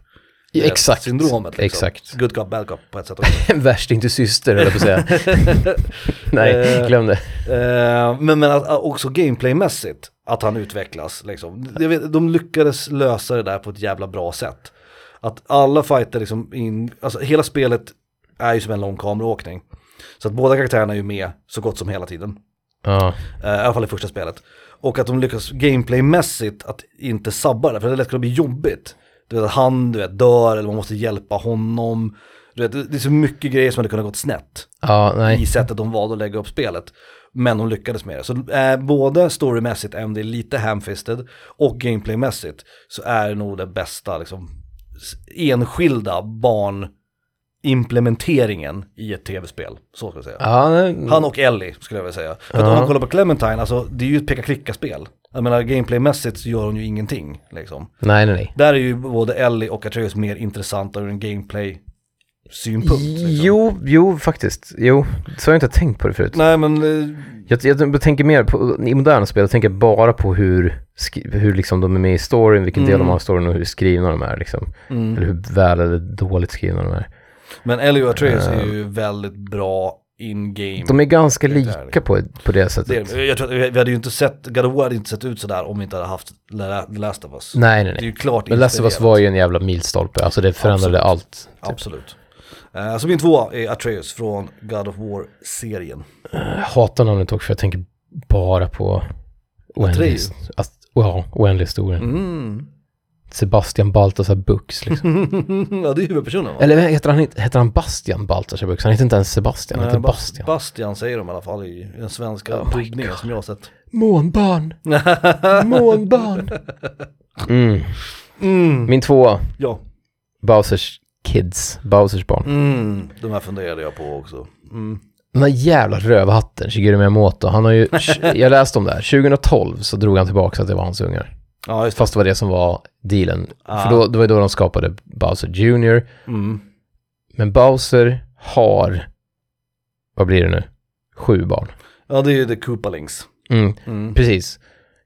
Speaker 2: Ja, exakt.
Speaker 1: syndromet. Liksom.
Speaker 2: Exakt.
Speaker 1: Good cop, bad cop på ett sätt
Speaker 2: *laughs*
Speaker 1: också.
Speaker 2: Värsting till syster, höll jag på att säga. *laughs* Nej,
Speaker 1: Eh,
Speaker 2: glöm det.
Speaker 1: Eh, men men att, att också gameplaymässigt, att han utvecklas. Liksom. Jag vet, de lyckades lösa det där på ett jävla bra sätt. Att alla fighter, liksom in, alltså hela spelet är ju som en lång kameraåkning. Så att båda karaktärerna är ju med så gott som hela tiden.
Speaker 2: Ja.
Speaker 1: Eh, I alla fall i första spelet. Och att de lyckas gameplaymässigt att inte sabba det, för det lätt kunna bli jobbigt. Du vet att han du vet, dör eller man måste hjälpa honom. Du vet, det- det är så mycket grejer som hade kunnat gått snett
Speaker 2: ja,
Speaker 1: i
Speaker 2: nej.
Speaker 1: sättet de valde att lägga upp spelet. Men de lyckades med det. Så eh, både storymässigt, även om det är lite hamfisted, och gameplaymässigt så är det nog det bästa liksom, s- enskilda barnimplementeringen i ett tv-spel. Så ska jag säga.
Speaker 2: Ja, nej.
Speaker 1: Han och Ellie skulle jag vilja säga. För att om man kollar på Clementine, alltså det är ju ett peka-klicka-spel. Jag menar gameplaymässigt så gör hon ju ingenting liksom.
Speaker 2: nej, nej, nej.
Speaker 1: Där är ju både Ellie och Atreus mer intressanta ur en gameplay-synpunkt. Liksom.
Speaker 2: Jo, jo, faktiskt. Jo, så har jag inte tänkt på det förut.
Speaker 1: Nej men, eh,
Speaker 2: Jag, jag tänker mer på, i moderna spel, jag tänker bara på hur, skri- hur liksom de är med i storyn, vilken
Speaker 1: Mm.
Speaker 2: del de har av storyn och hur skrivna de är liksom. Eller hur väl eller dåligt skrivna de är.
Speaker 1: Mm. men Ellie och Atreus är ju väldigt bra in-game.
Speaker 2: De är ganska
Speaker 1: Karaktär.
Speaker 2: lika på, på det
Speaker 1: Det
Speaker 2: sättet.
Speaker 1: är de. jag tror att vi vi hade ju inte sett, God of War hade inte sett ut sådär om vi inte hade haft La- The Last of Us.
Speaker 2: Nej, nej,
Speaker 1: Det är
Speaker 2: nej.
Speaker 1: ju klart
Speaker 2: Men Last of Us
Speaker 1: inspirerat.
Speaker 2: var ju en jävla milstolpe, alltså det förändrade allt.
Speaker 1: Absolut. Eh, Så min tvåa är Atreus från God of War-serien.
Speaker 2: Jag hatar namnet också för jag tänker bara på oändlig,
Speaker 1: Atreus.
Speaker 2: att, ja, oändlig historien.
Speaker 1: Mm.
Speaker 2: Sebastian Baltasar Bux liksom.
Speaker 1: Mm. *laughs* ja, det är huvudpersonen va?
Speaker 2: Eller heter han, inte- heter han Bastian Baltasar Bux? Han heter inte ens Sebastian, han
Speaker 1: Nej,
Speaker 2: heter
Speaker 1: Eh, Bas-
Speaker 2: Bastian.
Speaker 1: Bastian säger de i alla fall i den svenska
Speaker 2: Oh my
Speaker 1: dubbningen
Speaker 2: God.
Speaker 1: som jag har
Speaker 2: *laughs*
Speaker 1: sett.
Speaker 2: Månbarn! Månbarn! Mm. Min tvåa,
Speaker 1: Ja,
Speaker 2: Bowsers Kids, Bowsers barn.
Speaker 1: mm. de här funderade jag på också. Mm.
Speaker 2: Den här jävla rövhatten, Shigeru Miyamoto, han har ju, *laughs* jag läste om det här, 2012 så drog han tillbaka att det var hans ungar.
Speaker 1: Ja, just det.
Speaker 2: Fast det var det som var dealen.
Speaker 1: Ah.
Speaker 2: För då, det var ju då de skapade Bowser Jr.
Speaker 1: Mm.
Speaker 2: Men Bowser har, vad blir det nu, sju barn.
Speaker 1: Ja, det är ju The Koopalings.
Speaker 2: Mm,
Speaker 1: Mm.
Speaker 2: precis.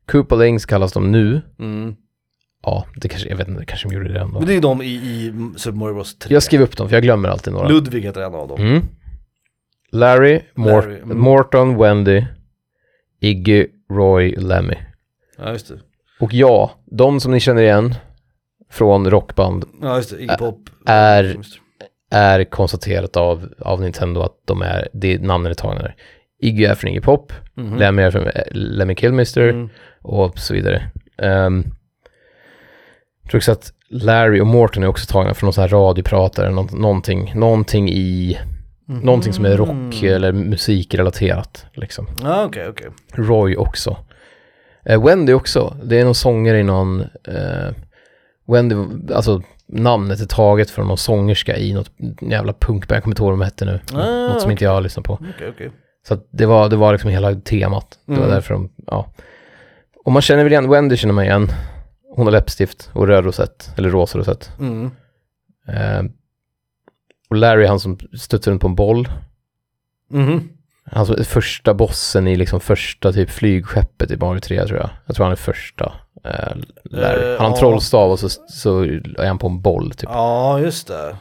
Speaker 2: Koopalings kallas de nu.
Speaker 1: Mm.
Speaker 2: Ja, det kanske, jag vet inte, kanske de gjorde det ändå.
Speaker 1: Men det är ju de i, i Super Mario Bros 3.
Speaker 2: Jag skriver upp dem, för jag glömmer alltid några.
Speaker 1: Ludvig heter en av dem.
Speaker 2: Mm. Larry, Mor-
Speaker 1: Larry, mm.
Speaker 2: Morton, Wendy, Iggy, Roy, Lemmy.
Speaker 1: Ja, just det.
Speaker 2: Och ja, de som ni känner igen från rockband
Speaker 1: Ja, just det. Iggy Pop. Mm.
Speaker 2: är- är konstaterat av, av Nintendo att de är, det namnen är tagna där. Iggy är från Iggy Pop,
Speaker 1: Mhm.
Speaker 2: Lemmy är från eh, Lemmy Killmister
Speaker 1: Mm.
Speaker 2: och så vidare. Ehm, jag tror också att Larry och Morton är också tagna från någon sån här radiopratare, nå- någonting, någonting i,
Speaker 1: Mm.
Speaker 2: någonting som är rock eller musikrelaterat liksom.
Speaker 1: Ja, Mm. Ah, okej, okej.
Speaker 2: Roy också. Eh, Wendy också. Det är någon sångare i någon... Eh, Wendy, alltså namnet är taget från någon sångerska i något jävla punkband. Jag kommer inte ihåg vad de hette nu.
Speaker 1: Ah,
Speaker 2: något som inte jag har lyssnat på.
Speaker 1: Okej, okej.
Speaker 2: Så att det, var, det var liksom hela temat. Det var
Speaker 1: Mm.
Speaker 2: därför de, ja. Och man känner väl igen, Wendy känner man igen. Hon har läppstift och röd rosett, eller rosa rosett.
Speaker 1: Mm.
Speaker 2: Eh, och Larry, han som studsar runt på en boll.
Speaker 1: Mhm.
Speaker 2: Han som är Alltså, första bossen i liksom första typ flygskeppet i Mario 3 tror jag. Jag tror han är första. Eh, Larry.
Speaker 1: Eh,
Speaker 2: han har en
Speaker 1: ja.
Speaker 2: trollstav och så, så är han på en boll typ.
Speaker 1: Ja, just det.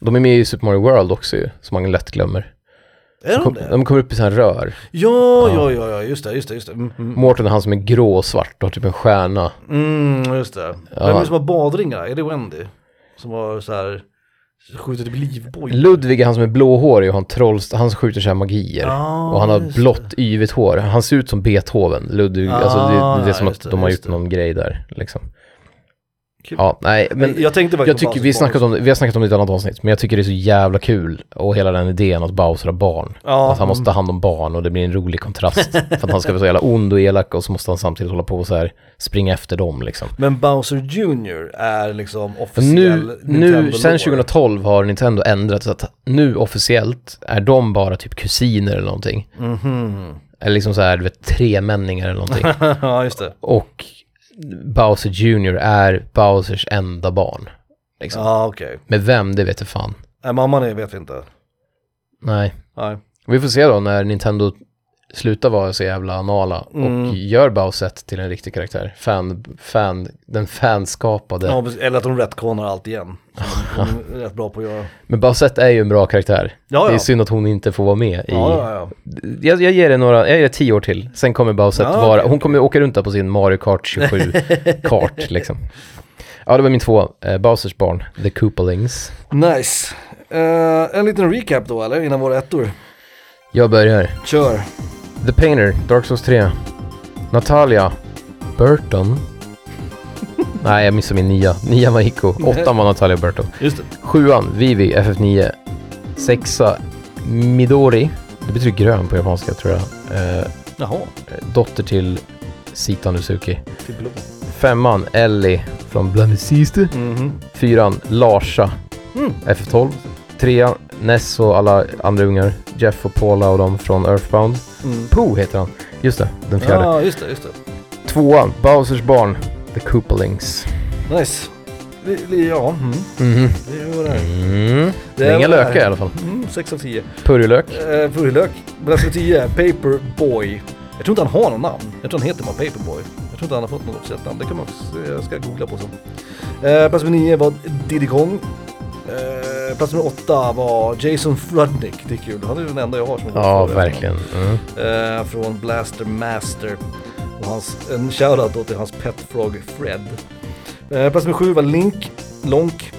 Speaker 2: De är med i Super Mario World också ju, som man lätt glömmer.
Speaker 1: Är Mm.
Speaker 2: De,
Speaker 1: de
Speaker 2: kom,
Speaker 1: det?
Speaker 2: de kommer upp i sådana här rör.
Speaker 1: Ja,
Speaker 2: Ja.
Speaker 1: ja, ja, ja, just det, just det, just det. Mm, Mm,
Speaker 2: Morton är han som är grå och svart och har typ en stjärna.
Speaker 1: mm just det. Vem är det som har badringar? Är det Wendy? Som har så här skjuter typ livboj.
Speaker 2: Ludvig är han som är blåhårig och han, trolls, han skjuter så här magier.
Speaker 1: Ja,
Speaker 2: och han har
Speaker 1: Ah, just
Speaker 2: blått yvigt hår. Han ser ut som Beethoven. Ludvig, alltså det, det är
Speaker 1: Ah,
Speaker 2: som att
Speaker 1: just det,
Speaker 2: de har
Speaker 1: just
Speaker 2: gjort
Speaker 1: det.
Speaker 2: någon grej där liksom.
Speaker 1: Kul.
Speaker 2: Ja, nej, men
Speaker 1: jag tänkte verkligen
Speaker 2: Jag
Speaker 1: på
Speaker 2: tycker, vi,
Speaker 1: Bowsers
Speaker 2: snackat
Speaker 1: barn.
Speaker 2: om, det- vi har snackat om det i ett annat avsnitt, men jag tycker det är så jävla kul och hela den idén att Bowser har barn.
Speaker 1: ja,
Speaker 2: Att han måste ta hand om barn och det blir en rolig *laughs* kontrast. för att han ska vara så jävla ond och elak och så måste han samtidigt hålla på och så här springa efter dem liksom.
Speaker 1: *laughs* Men Bowser Jr är liksom
Speaker 2: För
Speaker 1: officiell
Speaker 2: nu, nu,
Speaker 1: Nintendo-lore.
Speaker 2: sen 2012 har Nintendo ändrat så att nu officiellt är de bara typ kusiner eller någonting.
Speaker 1: Mhm. *laughs*
Speaker 2: Eller liksom så här, du vet, tremänningar eller *laughs* någonting.
Speaker 1: ja, just det.
Speaker 2: och Bowser Jr är Bowsers enda barn. Liksom.
Speaker 1: Ja, okej.
Speaker 2: Med vem, det vet jag fan.
Speaker 1: Är mamman det vet vi inte.
Speaker 2: Nej.
Speaker 1: Nej.
Speaker 2: Vi får se då när Nintendo slutar vara så jävla anala och
Speaker 1: Mm.
Speaker 2: gör Bowsett till en riktig karaktär. Fan, fan, den fanskapade.
Speaker 1: Ja, precis. eller att de retconar allt
Speaker 2: *laughs*
Speaker 1: igen. Som de är rätt bra på att göra.
Speaker 2: Men Bowsett är ju en bra karaktär.
Speaker 1: Ja,
Speaker 2: Det
Speaker 1: ja.
Speaker 2: är synd att hon inte får vara med i...
Speaker 1: Ja, ja, ja.
Speaker 2: Jag, jag ger det några, jag ger det tio år till. Sen kommer Bowsett
Speaker 1: Ja,
Speaker 2: vara,
Speaker 1: okej,
Speaker 2: hon kommer åka runt där på sin Mario
Speaker 1: *laughs*
Speaker 2: Kart 27-kart liksom. Ja, det var min två. Eh, Bowsers barn, The Koopalings.
Speaker 1: Nice. Eh, en liten recap då eller, innan våra ettor.
Speaker 2: Jag börjar.
Speaker 1: Kör.
Speaker 2: The Painter, Dark Souls 3. Natalia. Burton. *laughs* Nej, jag missade min nia. Nian var Iko. Åttan var Natalia Burton.
Speaker 1: Just det.
Speaker 2: Sjuan, Vivi, FF9. Sexa, Midori. Det betyder grön på japanska, tror jag. Eh,
Speaker 1: Jaha.
Speaker 2: dotter till Sita Nusuki.
Speaker 1: Till blå.
Speaker 2: Femman, Ellie från Blandy Sister.
Speaker 1: Mhm.
Speaker 2: Fyran, Larsa.
Speaker 1: Mm.
Speaker 2: FF12. Trean, Ness och alla andra ungar. Jeff och Paula och de från Earthbound.
Speaker 1: Mm.
Speaker 2: Pooh heter han. Just det, den fjärde.
Speaker 1: Ja, just det, just det.
Speaker 2: Tvåan, Bowsers barn, The Koopalings.
Speaker 1: Nice. Li, li, ja, mm.
Speaker 2: Mhm.
Speaker 1: det är vad det är.
Speaker 2: Mm. Det
Speaker 1: Det
Speaker 2: är
Speaker 1: är
Speaker 2: inga
Speaker 1: vad det
Speaker 2: lökar
Speaker 1: är.
Speaker 2: i alla fall.
Speaker 1: Mm, 6 av 10.
Speaker 2: Purjolök.
Speaker 1: Eh, Purjolök. Plats nummer 10, Paperboy. Jag tror inte han har något namn. Jag tror han heter bara Paperboy. Jag tror inte han har fått något officiellt namn. Det kan man se. Jag ska googla på sen. Eh, plats nummer 9 var Diddy Kong. Eh, plats nummer 8 var Jason Frudnick. Det är kul. Han är den enda jag har som
Speaker 2: Ja, verkligen. Mm.
Speaker 1: Eh, från Blaster Master. Och hans, en shoutout då till hans petfrog Fred. Eh, plats nummer sju var Link, Lonk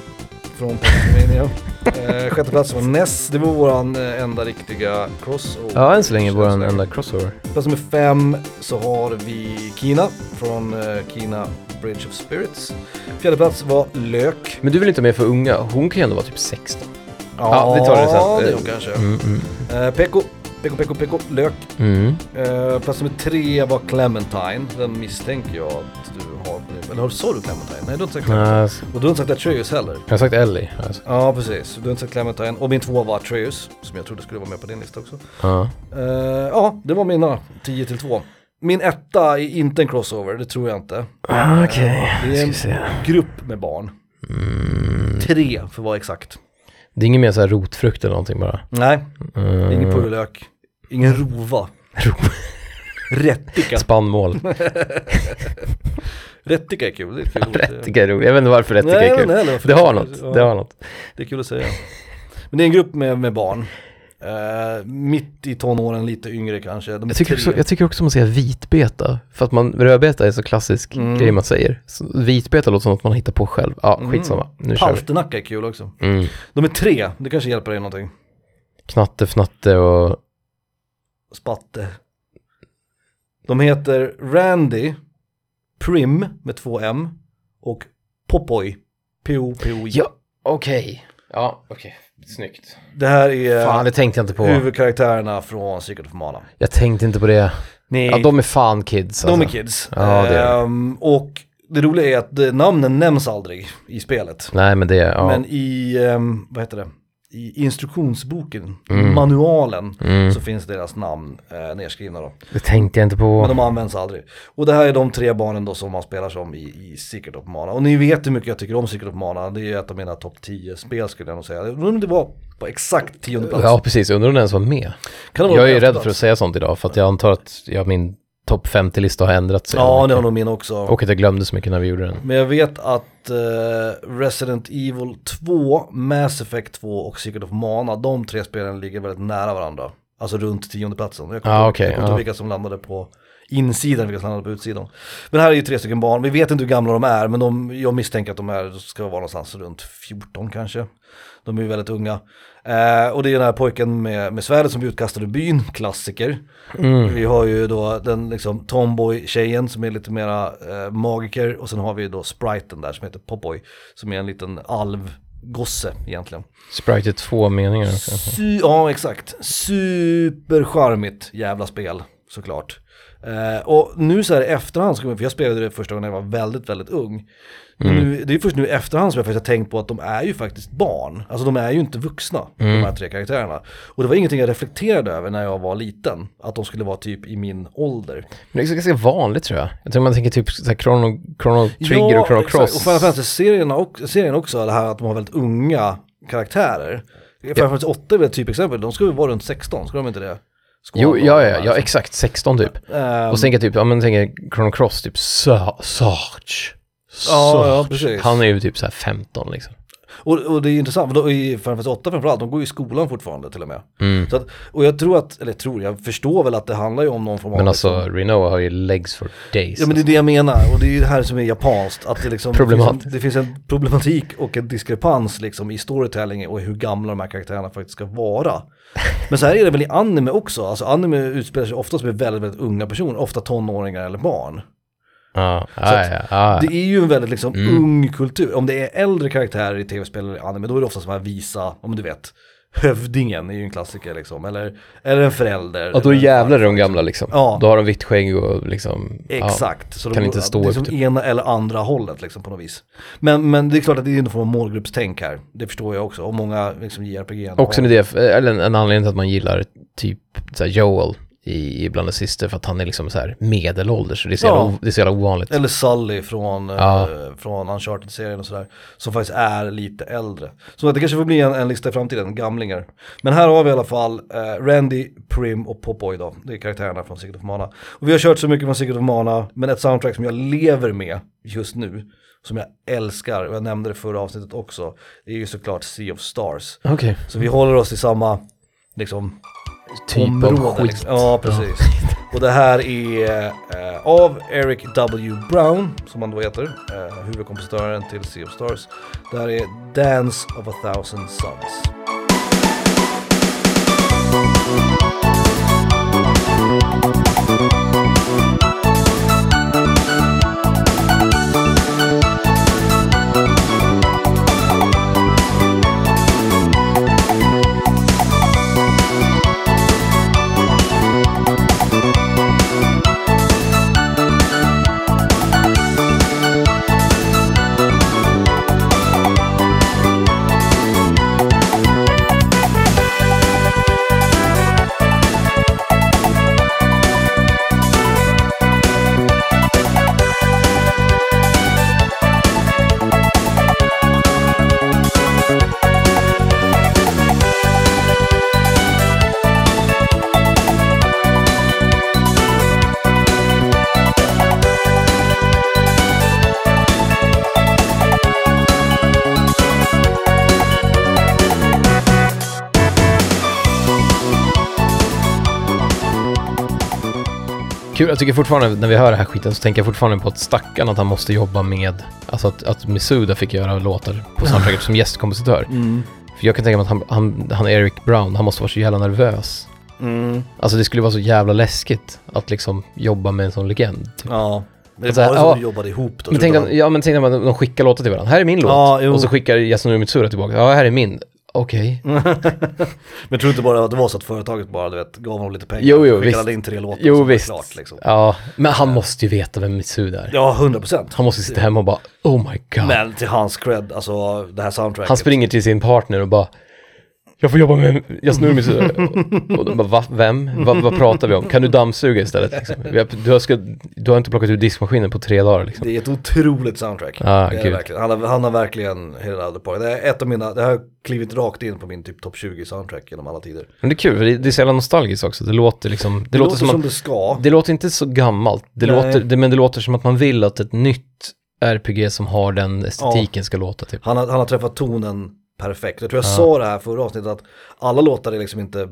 Speaker 1: från Pennsylvania. eh, sjätte plats var Ness, det var våran eh, enda riktiga crossover.
Speaker 2: Ja, än så länge vår
Speaker 1: Än så
Speaker 2: enda crossover.
Speaker 1: Plats nummer fem så har vi Kina från eh, Kina Bridge of Spirits. Fjärde plats var Lök.
Speaker 2: Men du vill inte ha med för unga? Hon kan ju ändå vara typ 16. Ja, vi tar det sen.
Speaker 1: Ja, det är
Speaker 2: Eh,
Speaker 1: hon kanske.
Speaker 2: Mm, mm.
Speaker 1: Eh, Peko, Peko, Peko, Peko, Lök.
Speaker 2: Mm.
Speaker 1: Eh, plats nummer tre var Clementine. Den misstänker jag att du har. Eller har- sa du Clementine? Nej, du har inte sagt Clementine.
Speaker 2: Nej, s-
Speaker 1: Och du har inte sagt Atreus heller.
Speaker 2: Alltså, jag har sagt Ellie. Alltså.
Speaker 1: Ja, precis. Du har inte sagt Clementine. Och min tvåa var Atreus, som jag trodde skulle vara med på din lista också.
Speaker 2: Ja.
Speaker 1: Eh, ja, det var mina 10 till 2. Min etta är inte en crossover, det tror jag inte.
Speaker 2: Ah, Okej,
Speaker 1: Det är
Speaker 2: ska vi
Speaker 1: en
Speaker 2: se. Mm.
Speaker 1: grupp med barn. Tre, för att vara exakt.
Speaker 2: Det är ingen mer så här rotfrukt eller någonting bara?
Speaker 1: Nej,
Speaker 2: Mm.
Speaker 1: ingen purjolök, ingen rova.
Speaker 2: Ro-
Speaker 1: Rättika. *laughs*
Speaker 2: Spannmål.
Speaker 1: Rättika är kul. Det är kul.
Speaker 2: *laughs* Rättika är roligt. Jag vet inte varför rättika
Speaker 1: Nej,
Speaker 2: är
Speaker 1: jag vet
Speaker 2: kul.
Speaker 1: inte heller varför
Speaker 2: Det har
Speaker 1: det är-
Speaker 2: något.
Speaker 1: ja.
Speaker 2: Det har något.
Speaker 1: Det är kul att säga. Men det är en grupp med, med barn. Eh, mitt i tonåren, lite yngre kanske. De är
Speaker 2: Jag tycker,
Speaker 1: tre.
Speaker 2: också, jag tycker också man säger vitbeta, för att man, rödbeta är så klassisk
Speaker 1: Mm.
Speaker 2: grej man säger. Så vitbeta låter som något man hittar på själv. Ja,
Speaker 1: Mm.
Speaker 2: skitsamma. Nu kör vi.
Speaker 1: Palternacka är kul också.
Speaker 2: Mm.
Speaker 1: De är tre, det kanske hjälper dig någonting.
Speaker 2: Knatte, fnatte och...
Speaker 1: Spatte. De heter Randy, Prim med två M och Popoy. P-O-P-O-J.
Speaker 2: okej. Ja, okej. Snyggt.
Speaker 1: Det här är
Speaker 2: Fan, det tänkte jag inte på.
Speaker 1: huvudkaraktärerna från Secret of Mana.
Speaker 2: Jag tänkte inte på det.
Speaker 1: Nej,
Speaker 2: Ja, de är fan kids
Speaker 1: de är
Speaker 2: alltså.
Speaker 1: kids.
Speaker 2: Ja, det är det.
Speaker 1: Ehm, och det roliga är att eh, namnen nämns aldrig i spelet.
Speaker 2: Nej, men det, ja.
Speaker 1: Men i, ehm, vad heter det, i instruktionsboken,
Speaker 2: Mm.
Speaker 1: manualen,
Speaker 2: Mm.
Speaker 1: så finns deras namn eh, nedskrivna då.
Speaker 2: Det tänkte jag inte på.
Speaker 1: Men de används aldrig. Och det här är de tre barnen då som man spelar som i, i Secret of Mana. Och ni vet hur mycket jag tycker om Secret of Mana, det är ju ett av mina topp 10 spel skulle jag nog säga. Jag undrar om det var på exakt tionde plats.
Speaker 2: Ja, precis. Undrar om den ens var med.
Speaker 1: Kan det vara på
Speaker 2: Jag är ju
Speaker 1: elfte
Speaker 2: rädd för att
Speaker 1: plats?
Speaker 2: säga sånt idag, för att jag antar att jag, min topp 50-lista har ändrat sig.
Speaker 1: Ja, det har nog min också.
Speaker 2: Och att jag glömde så mycket när vi gjorde den.
Speaker 1: Men jag vet att eh, Resident Evil 2, Mass Effect 2 och Secret of Mana, de tre spelen ligger väldigt nära varandra. Alltså runt tiondeplatsen. Jag kommer
Speaker 2: Ah,
Speaker 1: inte-
Speaker 2: okej,
Speaker 1: jag kommer inte
Speaker 2: ja.
Speaker 1: vilka som landade på insidan vilka som hamnar på utsidan. Men här är ju tre stycken barn, vi vet inte hur gamla de är men de, jag misstänker att de är, ska vara någonstans runt 14 kanske. De är ju väldigt unga. Eh, och det är den här pojken med, med svärdet som blir utkastad ur byn, klassiker. Vi har ju då den liksom tomboy-tjejen som är lite mera eh, magiker och sen har vi då spriten där som heter Popoy som är en liten alvgosse egentligen.
Speaker 2: Sprite är två meningar. också.
Speaker 1: Sy- ja, exakt. Supercharmigt jävla spel, såklart. Eh, och nu så här i efterhand, ska man- för jag spelade det första gången när jag var väldigt, väldigt ung. Nu, det är först nu i efterhand som jag faktiskt har tänkt på att de är ju faktiskt barn. Alltså de är ju inte vuxna, de här tre karaktärerna. Och det var ingenting jag reflekterade över när jag var liten, att de skulle vara typ i min ålder.
Speaker 2: Men det är ganska vanligt tror jag. Jag tror man tänker typ så här Chrono, Chrono Trigger och Chrono
Speaker 1: exakt.
Speaker 2: Cross.
Speaker 1: Och Final Fantasy-serien också, serien också, det här att de har väldigt unga karaktärer. Final Fantasy 8 är väl ett typexempel, de ska väl vara runt 16, ska de inte det? Skål,
Speaker 2: Jo,
Speaker 1: och
Speaker 2: ja,
Speaker 1: de
Speaker 2: ja,
Speaker 1: här,
Speaker 2: ja,
Speaker 1: så.
Speaker 2: exakt 16 typ.
Speaker 1: alltså. Ehm,
Speaker 2: Och sen tänker jag typ, ja men tänker Chrono Cross typ Sa- Sarge.
Speaker 1: Ja, ja,
Speaker 2: Sarge.
Speaker 1: precis.
Speaker 2: Han är ju typ så här 15 liksom.
Speaker 1: och, och det är intressant, för då, i Final Fantasy 8 framförallt, de går ju i skolan fortfarande till och med.
Speaker 2: Mm.
Speaker 1: Så att, och jag tror att, eller tror, jag förstår väl att det handlar ju om någon form av...
Speaker 2: Men alltså Renoa har ju legs for days.
Speaker 1: Ja men det är det jag menar, och det är ju det här som är japanskt, att det liksom...
Speaker 2: Problematiskt.
Speaker 1: Det finns, en, det finns en problematik och en diskrepans liksom i storytelling och hur gamla de här karaktärerna faktiskt ska vara. Men så här är det väl i anime också, alltså anime utspelar sig oftast med väldigt, väldigt unga personer, ofta tonåringar eller barn.
Speaker 2: Ja, ja, ja, ja. Mm.
Speaker 1: Det är ju en väldigt liksom ung kultur. Om det är äldre karaktärer i tv-spel eller anime, då är det ofta som här visa, om du vet, hövdingen är ju en klassiker liksom, eller, eller en förälder.
Speaker 2: Och då
Speaker 1: eller-
Speaker 2: jävlar är de gamla liksom.
Speaker 1: Ja.
Speaker 2: Då har de vitt skägg och liksom. ja.
Speaker 1: Exakt, så
Speaker 2: Kan
Speaker 1: de,
Speaker 2: inte stå
Speaker 1: det är
Speaker 2: upp,
Speaker 1: som
Speaker 2: typ.
Speaker 1: ena eller andra hållet liksom på något vis. Men, men det är klart att det är en form av målgruppstänk här, det förstår jag också, och många liksom JRPG.
Speaker 2: Också en idé, eh, eller en, en anledning till att man gillar typ så här Joel i, i Bland Sister för att han är liksom så här medelålders. Det är så,
Speaker 1: Ja.
Speaker 2: jävla, o- det är så jävla ovanligt.
Speaker 1: Eller Sully från, eh,
Speaker 2: Ja.
Speaker 1: från Uncharted-serien och sådär. Som faktiskt är lite äldre. Så att det kanske får bli en, en lista i framtiden, gamlingar. Men här har vi i alla fall eh, Randy, Prim och Popoy då. Det är karaktärerna från Secret of Mana. Och vi har kört så mycket från Secret of Mana, men ett soundtrack som jag lever med just nu. Som jag älskar, och jag nämnde det i förra avsnittet också. Det är ju såklart Sea of Stars.
Speaker 2: Okej.
Speaker 1: Så vi håller oss i samma, liksom,
Speaker 2: Typ av
Speaker 1: område.
Speaker 2: skit.
Speaker 1: Liksom. Ja, precis. Och det här är eh, av Eric W. Brown, som han då heter, eh, huvudkompositören till Sea of Stars. Det här är Dance of a thousand suns.
Speaker 2: Kul, jag tycker fortfarande när vi hör den här skiten så tänker jag fortfarande på att stackarn att han måste jobba med, alltså att, att Misuda fick göra låtar på soundtracket som gästkompositör. För jag kan tänka mig att han, han, han Eric Brown, han måste vara så jävla nervös.
Speaker 1: Mm.
Speaker 2: Alltså det skulle vara så jävla läskigt att liksom jobba med en sån legend. typ.
Speaker 1: Ja, men
Speaker 2: Så
Speaker 1: det
Speaker 2: här,
Speaker 1: var det som
Speaker 2: ja.
Speaker 1: de jobbade ihop då.
Speaker 2: Men tänk,
Speaker 1: tror
Speaker 2: dig-
Speaker 1: jag.
Speaker 2: ja men tänk dig att de skickar låtar till varandra. Här är min låt.
Speaker 1: Ja, jo.
Speaker 2: och så skickar Yasunori Mitsura tillbaka. Ja, här är min. Okej.
Speaker 1: *laughs* Men tror du inte bara att det var så att företaget bara, du vet, gav honom lite pengar.
Speaker 2: Jo, jo,
Speaker 1: Vi kallade
Speaker 2: visst.
Speaker 1: in tre låtar.
Speaker 2: Jo
Speaker 1: så var det
Speaker 2: visst.
Speaker 1: Klart, liksom.
Speaker 2: Ja, men han måste ju veta vem Mitsuda är.
Speaker 1: Ja, hundra procent.
Speaker 2: Han måste sitta hemma och bara oh my god.
Speaker 1: Men till hans cred, alltså det här soundtracket.
Speaker 2: Han springer till sin partner och bara jag får jobba med, jag snurrar
Speaker 1: *laughs*
Speaker 2: min syra. Och de bara, va? Vem? Va, vad pratar vi om? Kan du dammsuga istället? Liksom? Vi har- Du, har ska, du har inte plockat ur diskmaskinen på tre dagar liksom.
Speaker 1: Det är ett otroligt soundtrack.
Speaker 2: Ah,
Speaker 1: det är det
Speaker 2: gud.
Speaker 1: verkligen. Han, har, han har verkligen hela det på. Det är ett av mina, det har klivit rakt in på min typ topp 20 soundtrack genom alla tider.
Speaker 2: Men det är kul, för det, det är så jävla nostalgiskt också. Det låter liksom, det,
Speaker 1: Det,
Speaker 2: låter som,
Speaker 1: det ska.
Speaker 2: att, det låter inte så gammalt. Det
Speaker 1: Nej.
Speaker 2: låter, det, men det låter som att man vill att ett nytt RPG som har den estetiken ska låta typ. Ah.
Speaker 1: Han, har, han har träffat tonen perfekt. Jag tror jag sa det här förra avsnittet att alla låtar är liksom inte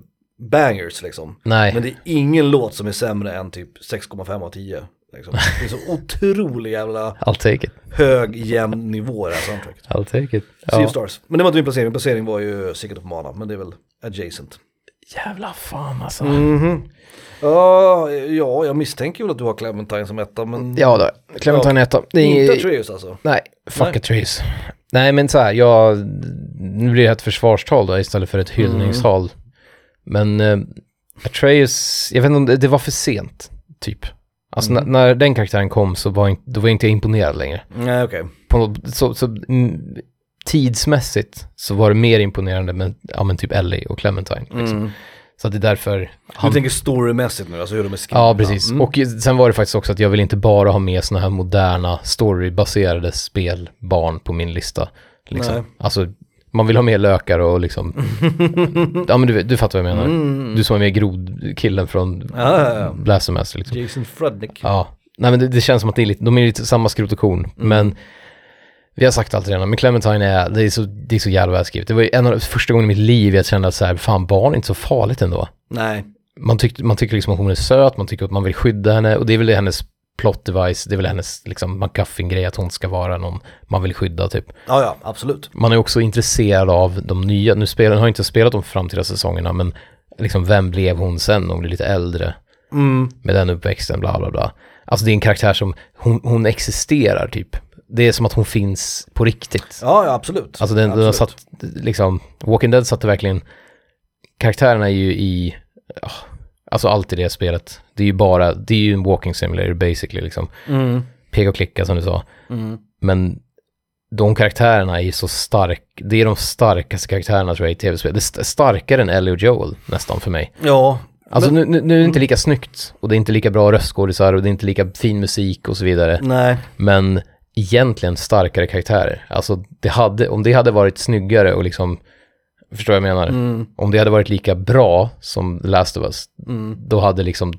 Speaker 1: bangers liksom.
Speaker 2: Nej.
Speaker 1: Men det är ingen låt som är sämre än typ 6,5 av 10. Liksom. Det är
Speaker 2: *laughs*
Speaker 1: så otrolig jävla
Speaker 2: I'll take it.
Speaker 1: hög, jämn nivå i det här soundtracket.
Speaker 2: I'll take it.
Speaker 1: Sea of
Speaker 2: Ja.
Speaker 1: Stars. Men det var inte min placering, min placering var ju Secret of Mana, men det är väl adjacent.
Speaker 2: Jävla fan alltså.
Speaker 1: Ja, ja, jag misstänker väl att du har Clementine som etta, men
Speaker 2: Ja då, Clementine etta. Det är
Speaker 1: inte Atreus alltså.
Speaker 2: Nej, fuck
Speaker 1: Nej.
Speaker 2: Atreus. Nej men så här, jag, nu blir det ett försvarstal då istället för ett hyllningstal. Men eh, Atreus, jag vet inte om det, det var för sent, typ. Alltså när, när den karaktären kom så var, inte- då var jag inte imponerad längre.
Speaker 1: Nej, okej.
Speaker 2: På, något- så, så, mm, tidsmässigt så var det mer imponerande med ja, men typ Ellie och Clementine. Liksom. Så att det är därför
Speaker 1: Du
Speaker 2: han
Speaker 1: tänker storymässigt nu, alltså hur de är skrivna.
Speaker 2: Ja, precis. Och ju- sen var det faktiskt också att jag vill inte bara ha med sådana här moderna storybaserade spel, barn på min lista.
Speaker 1: Nej.
Speaker 2: Liksom. Alltså, man vill ha med lökar
Speaker 1: *laughs*
Speaker 2: och liksom... ja, men du, vet- du fattar vad jag menar. Du som är med grodkillen från
Speaker 1: Mm. Ja, ja, ja.
Speaker 2: Blastermaster liksom.
Speaker 1: Jason Frednick.
Speaker 2: Ja. Nej, men det, det känns som att det är lite, de är lite samma skrot och korn.
Speaker 1: Mm.
Speaker 2: Men vi har sagt allt redan, men Clementine är, det är så, det är så jävla välskrivet. Det var ju en av de första gångerna i mitt liv jag kände att så här, fan barn är inte så farligt ändå
Speaker 1: Nej,
Speaker 2: man, tyck, man tycker liksom att hon är söt, man tycker att man vill skydda henne och det är väl hennes plot device, det är väl hennes liksom McGuffin-grej att hon ska vara någon man vill skydda typ.
Speaker 1: ja, ja, absolut.
Speaker 2: Man är också intresserad av de nya, nu spelar, har jag inte spelat de framtida säsongerna men liksom vem blev hon sen när hon blev lite äldre
Speaker 1: Mm.
Speaker 2: med den uppväxten, bla bla bla. Alltså det är en karaktär som, hon, hon existerar typ. Det är som att hon finns på riktigt.
Speaker 1: Ja, ja, absolut.
Speaker 2: Alltså den, den har
Speaker 1: Absolut.
Speaker 2: satt, liksom, Walking Dead satte verkligen, karaktärerna är ju i, ja, alltså allt i det spelet. Det är ju bara, det är ju en walking simulator basically liksom.
Speaker 1: Mm.
Speaker 2: Peka och klicka som du sa.
Speaker 1: Mm.
Speaker 2: Men de karaktärerna är ju så stark, det är de starkaste karaktärerna tror jag i tv-spel. Det är st- starkare än Ellie och Joel nästan för mig.
Speaker 1: Ja,
Speaker 2: Alltså nu, nu, nu är det inte lika snyggt och det är inte lika bra röstskådisar och det är inte lika fin musik och så vidare
Speaker 1: nej.
Speaker 2: men egentligen starkare karaktärer. Alltså det hade, om det hade varit snyggare och liksom, förstår vad jag menar?
Speaker 1: Mm.
Speaker 2: Om det hade varit lika bra som The Last of Us,
Speaker 1: Mm.
Speaker 2: då hade liksom,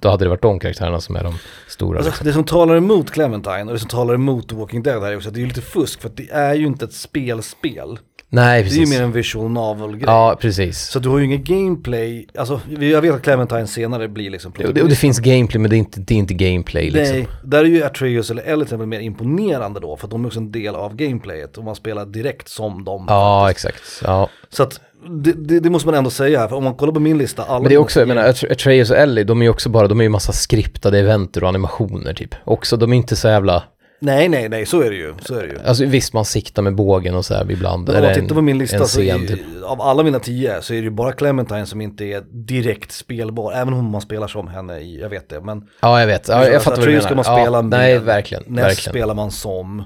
Speaker 2: då hade det varit de karaktärerna som är de stora. liksom.
Speaker 1: Alltså, det som talar emot Clementine och det som talar emot The Walking Dead här är också att det är ju lite fusk för att det är ju inte ett spelspel.
Speaker 2: Nej,
Speaker 1: Det är ju
Speaker 2: precis.
Speaker 1: mer en visual novel-grej.
Speaker 2: Ja, precis.
Speaker 1: Så du har ju ingen gameplay, alltså jag vet att Clementine senare blir liksom
Speaker 2: Och det, och det finns gameplay, men det är inte, det är inte gameplay liksom.
Speaker 1: Nej, där är ju Atreus eller Ellie till exempel mer imponerande då för att de är också en del av gameplayet och man spelar direkt som dem.
Speaker 2: Ja, exakt. Ja.
Speaker 1: Så att det, det, det måste man ändå säga här, för om man kollar på min lista, alla
Speaker 2: Men det är också, jag menar, Atre- Atreus och Ellie, de är ju också bara, de är ju massa skriptade eventer och animationer typ. Också, de är inte så jävla,
Speaker 1: Nej, nej, nej, så är det ju, så är det ju.
Speaker 2: alltså visst man siktar med bågen och så här ibland.
Speaker 1: Om man
Speaker 2: eller
Speaker 1: tittar
Speaker 2: en-
Speaker 1: på min
Speaker 2: en
Speaker 1: lista så
Speaker 2: scen,
Speaker 1: är,
Speaker 2: typ.
Speaker 1: av alla mina tio så är det ju bara Clementine som inte är direkt spelbar, även om man spelar som henne i, jag vet det, men
Speaker 2: Ja, jag vet. Ja, jag
Speaker 1: Alltså,
Speaker 2: fattar vad du menar.
Speaker 1: Atreus ska man spela
Speaker 2: ja,
Speaker 1: med.
Speaker 2: Nej, verkligen.
Speaker 1: Ness
Speaker 2: verkligen.
Speaker 1: spelar man som,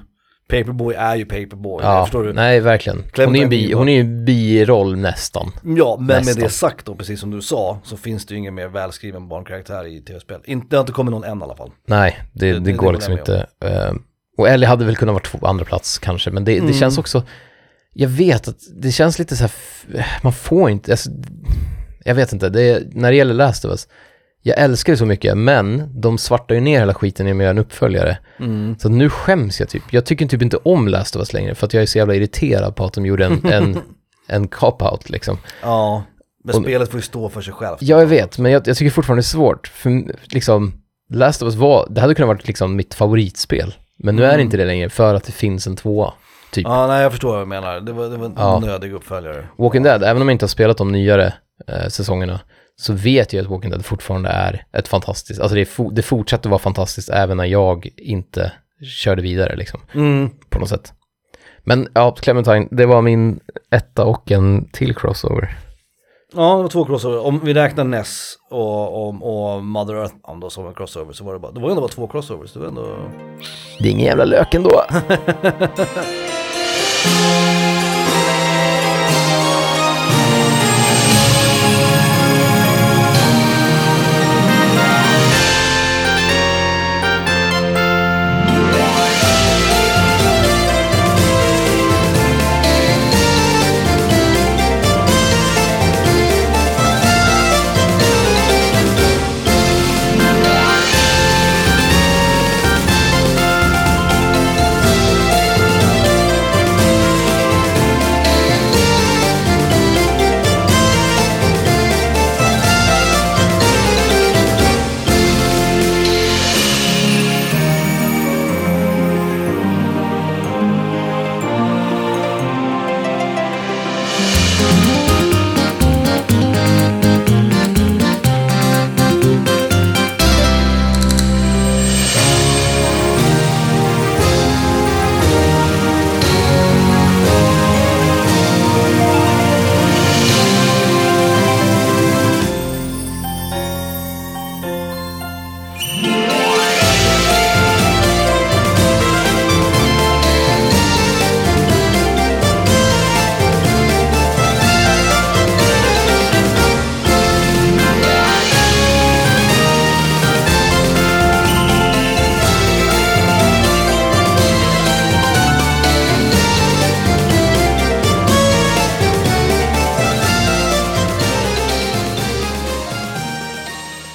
Speaker 1: Paperboy är ju Paperboy,
Speaker 2: ja,
Speaker 1: förstår du?
Speaker 2: Nej, verkligen. Hon är,
Speaker 1: Clementine
Speaker 2: ju bi,
Speaker 1: Bieber.
Speaker 2: hon är ju en biroll nästan.
Speaker 1: Ja, men med
Speaker 2: Nästan.
Speaker 1: det sagt då, precis som du sa, så finns det ju ingen mer välskriven barnkaraktär i tv-spel. Inte, det har inte kommit någon än i alla fall.
Speaker 2: Nej, det, det,
Speaker 1: det
Speaker 2: går
Speaker 1: håller
Speaker 2: liksom
Speaker 1: jag med
Speaker 2: inte. eh, och Ellie hade väl kunnat vara två andra plats kanske, men det, det känns också... Jag vet att det känns lite så här... f- Man får inte... Alltså, jag vet inte. Det, är- när det gäller Last of Us, jag älskar det så mycket, men de svartar ju ner hela skiten i och med en uppföljare. Så nu skäms jag typ. Jag tycker typ inte om Last of Us längre, för att jag är så jävla irriterad på att de gjorde en, en, en cop-out liksom.
Speaker 1: Ja, men
Speaker 2: Och-
Speaker 1: spelet får ju stå för sig självt.
Speaker 2: Ja, jag vet, men jag, jag tycker fortfarande det är svårt. För liksom, Last of Us var, det hade kunnat varit liksom mitt favoritspel. Men nu är det inte det längre för att det finns en tvåa. Typ.
Speaker 1: Ja, nej jag förstår vad du menar. Det var, det var en
Speaker 2: Ja.
Speaker 1: onödig uppföljare.
Speaker 2: Walking Dead, även om jag inte har spelat de nyare eh, säsongerna, så vet jag att Walking Dead fortfarande är ett fantastiskt, alltså det, är fo- det fortsätter vara fantastiskt även när jag inte körde vidare liksom,
Speaker 1: Mm.
Speaker 2: på något sätt. Men ja, Clementine, det var min etta och en till crossover.
Speaker 1: Ja, det var två crossover. Om vi räknar Ness och, och, och Mother Earth om då som en crossover så var det bara, det var ju ändå bara två crossovers. Det var ändå...
Speaker 2: Det är ingen jävla lök ändå.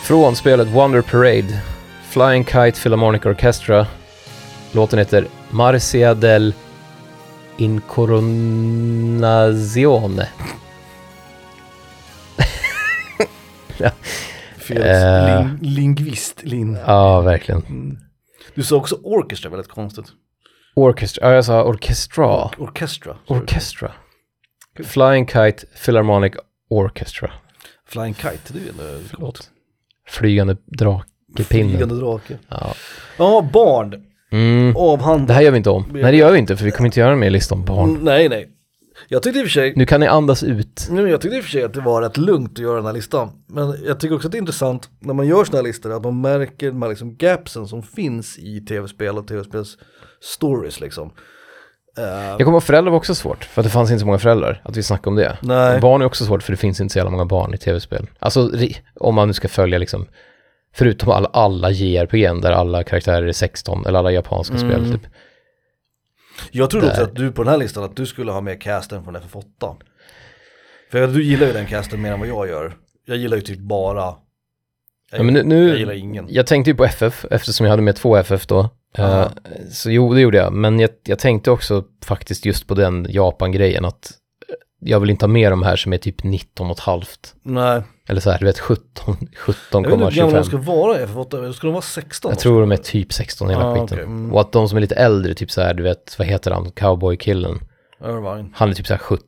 Speaker 2: Från spelet Wonder Parade, Flying Kite Philharmonic Orchestra. Låten heter Marcia del Incoronazione.
Speaker 1: Felix,
Speaker 2: Eh.
Speaker 1: lin, lingvist, lin. Mm.
Speaker 2: Ja, verkligen.
Speaker 1: Du sa också orchestra väldigt konstigt.
Speaker 2: Orchestra, ja jag sa orkestra.
Speaker 1: Orchestra.
Speaker 2: Orkestra. Flying Kite Philharmonic Orchestra.
Speaker 1: Flying kite, det är ju en, eh,
Speaker 2: Förlåt. Flygande
Speaker 1: flygande
Speaker 2: drakepinnen.
Speaker 1: drake.
Speaker 2: Ja.
Speaker 1: Ja, barn.
Speaker 2: Mm.
Speaker 1: Avhandling.
Speaker 2: Det här gör vi inte om. Nej, det gör vi inte, för vi kommer inte göra en mer lista om barn.
Speaker 1: Mm, Nej, nej. Jag tyckte i och för sig,
Speaker 2: Nu kan ni andas ut.
Speaker 1: nu, jag tyckte i och för sig att det var rätt lugnt att göra den här listan. Men jag tycker också att det är intressant när man gör såna här listor att man märker de här liksom gapsen som finns i tv-spel och tv-spels stories liksom. Eh,
Speaker 2: Jag kommer ihåg föräldrar var också svårt, för att det fanns inte så många föräldrar. Att vi snackade om det.
Speaker 1: Nej.
Speaker 2: Barn är också svårt, för det finns inte så jävla många barn i tv-spel. Alltså, ri- om man nu ska följa liksom, förutom alla, alla JRPG där alla karaktärer är 16, eller alla japanska
Speaker 1: Mm.
Speaker 2: spel typ.
Speaker 1: jag trodde också att du på den här listan att du skulle ha med casten från FF8. För jag vet att du gillar ju den casten mer än vad jag gör. Jag gillar ju typ bara,
Speaker 2: Ja, men nu, nu,
Speaker 1: jag gillar ingen.
Speaker 2: Jag tänkte ju på FF, eftersom jag hade med två FF då. Eh,
Speaker 1: Aha.
Speaker 2: så jo, det gjorde jag. Men jag, jag tänkte också faktiskt just på den Japan-grejen att eh, jag vill inte ha med de här som är typ 19 och ett halvt.
Speaker 1: Nej,
Speaker 2: Eller så här, du vet 17,
Speaker 1: jag vet inte hur gamla de
Speaker 2: 17,25.
Speaker 1: ska vara i FF8, ska de vara 16?
Speaker 2: Jag tror de är typ 16 i hela
Speaker 1: Ah,
Speaker 2: skiten.
Speaker 1: okej. Mm.
Speaker 2: Och att de som är lite äldre, typ så här, du vet, vad heter han, cowboy-killen?
Speaker 1: Irvine.
Speaker 2: Han är typ så här 17,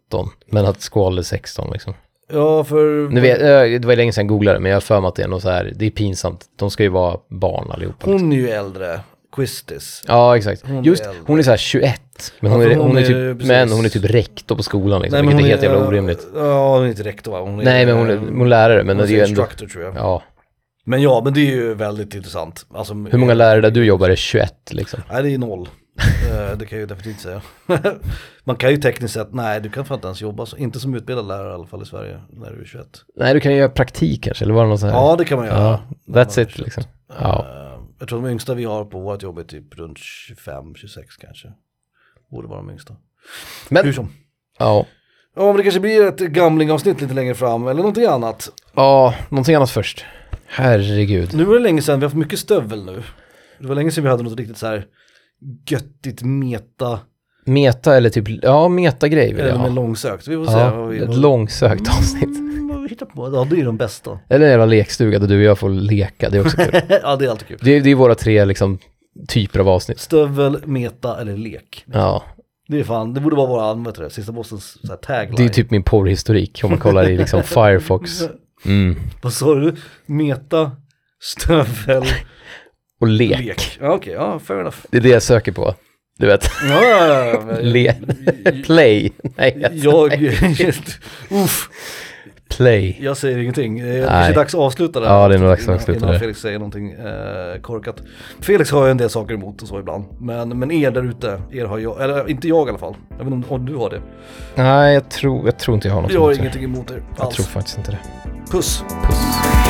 Speaker 2: men att Squall är 16 liksom.
Speaker 1: Ja, för...
Speaker 2: Nu vet,
Speaker 1: Mm.
Speaker 2: eh, det var länge sedan jag googlade, men jag har för mig att det är något så här, det är pinsamt. De ska ju vara barn allihopa. liksom.
Speaker 1: Hon är ju äldre, Quistis.
Speaker 2: Ja, exakt.
Speaker 1: Hon
Speaker 2: Just,
Speaker 1: är äldre.
Speaker 2: hon är så här 21. Men hon,
Speaker 1: Ja,
Speaker 2: är,
Speaker 1: för
Speaker 2: hon,
Speaker 1: hon
Speaker 2: är
Speaker 1: är-
Speaker 2: typ,
Speaker 1: precis.
Speaker 2: men hon är typ rektor på skolan liksom,
Speaker 1: men
Speaker 2: vilket är
Speaker 1: hon
Speaker 2: helt jävla
Speaker 1: äh,
Speaker 2: orimligt.
Speaker 1: Ja, hon är inte rektor va? Hon är,
Speaker 2: Nej, men hon är,
Speaker 1: äh,
Speaker 2: hon är lärare, men
Speaker 1: hon
Speaker 2: det
Speaker 1: är
Speaker 2: är ju ändå...
Speaker 1: instructor tror jag.
Speaker 2: Ja.
Speaker 1: Men ja, men det är ju väldigt intressant. Alltså,
Speaker 2: Hur många lärare där du jobbar är 21 liksom?
Speaker 1: Nej, det är noll. Eh, det kan jag ju definitivt säga. *laughs* Man kan ju tekniskt sett, nej du kan fan inte ens jobba, så, inte som utbildad lärare i alla fall i Sverige när du är 21.
Speaker 2: Nej, du kan ju göra praktik kanske, eller var det något sånt här?
Speaker 1: Ja, det kan man göra.
Speaker 2: Ja, that's
Speaker 1: man är
Speaker 2: it liksom. Ja.
Speaker 1: Eh, jag tror de yngsta vi har på vårt jobb är typ runt 25-26 kanske. Borde vara de yngsta. Hur
Speaker 2: Men,
Speaker 1: som.
Speaker 2: ja.
Speaker 1: Ja, men det kanske blir ett gamlingavsnitt lite längre fram, eller någonting annat.
Speaker 2: Ja, någonting annat först. Herregud.
Speaker 1: Nu var det länge sedan, vi har haft mycket stövel nu. Det var länge sedan vi hade något riktigt så här göttigt meta,
Speaker 2: Meta eller typ, ja, meta-grej vill jag
Speaker 1: eller med
Speaker 2: ha.
Speaker 1: långsökt. Vi får se vad
Speaker 2: Ja,
Speaker 1: vi,
Speaker 2: ett
Speaker 1: vad,
Speaker 2: långsökt avsnitt.
Speaker 1: Mm, *laughs* vad vi hittar på. Ja, det är de bästa. *laughs*
Speaker 2: Eller en jävla lekstuga där du och jag får leka, det är också kul.
Speaker 1: ja, det är alltid kul.
Speaker 2: Det är, det är våra tre liksom, typer av avsnitt.
Speaker 1: Stövel, meta eller lek.
Speaker 2: Ja,
Speaker 1: Det är fan, det borde vara våra, vad heter det, sista bossens så här tagline.
Speaker 2: det är typ min porrhistorik om man kollar i
Speaker 1: *laughs*
Speaker 2: liksom Firefox. Mm.
Speaker 1: Vad sa du? Meta, stövel,
Speaker 2: Och *laughs* lek.
Speaker 1: lek. Ja, okej, ja, fair enough.
Speaker 2: det är det jag söker på.
Speaker 1: *laughs*
Speaker 2: Du vet,
Speaker 1: Ja, ja, ja,
Speaker 2: *laughs*
Speaker 1: men-
Speaker 2: le. play. Nej, jag-
Speaker 1: Jag, *laughs* uff,
Speaker 2: play.
Speaker 1: jag säger ingenting. Eh, Det är
Speaker 2: Nej.
Speaker 1: kanske dags att avsluta det
Speaker 2: Ja, det är nog dags att
Speaker 1: innan-
Speaker 2: avsluta
Speaker 1: Innan
Speaker 2: det.
Speaker 1: Felix säger någonting eh, korkat. Felix har ju en del saker emot och så ibland. Men, men er där ute, er har jag, eller inte jag i alla fall. Jag vet inte om, om du har det.
Speaker 2: Nej, jag tror, jag tror inte jag har något
Speaker 1: Jag har
Speaker 2: emot det.
Speaker 1: ingenting emot er
Speaker 2: Jag tror
Speaker 1: alls.
Speaker 2: faktiskt inte det.
Speaker 1: Puss!
Speaker 2: Puss.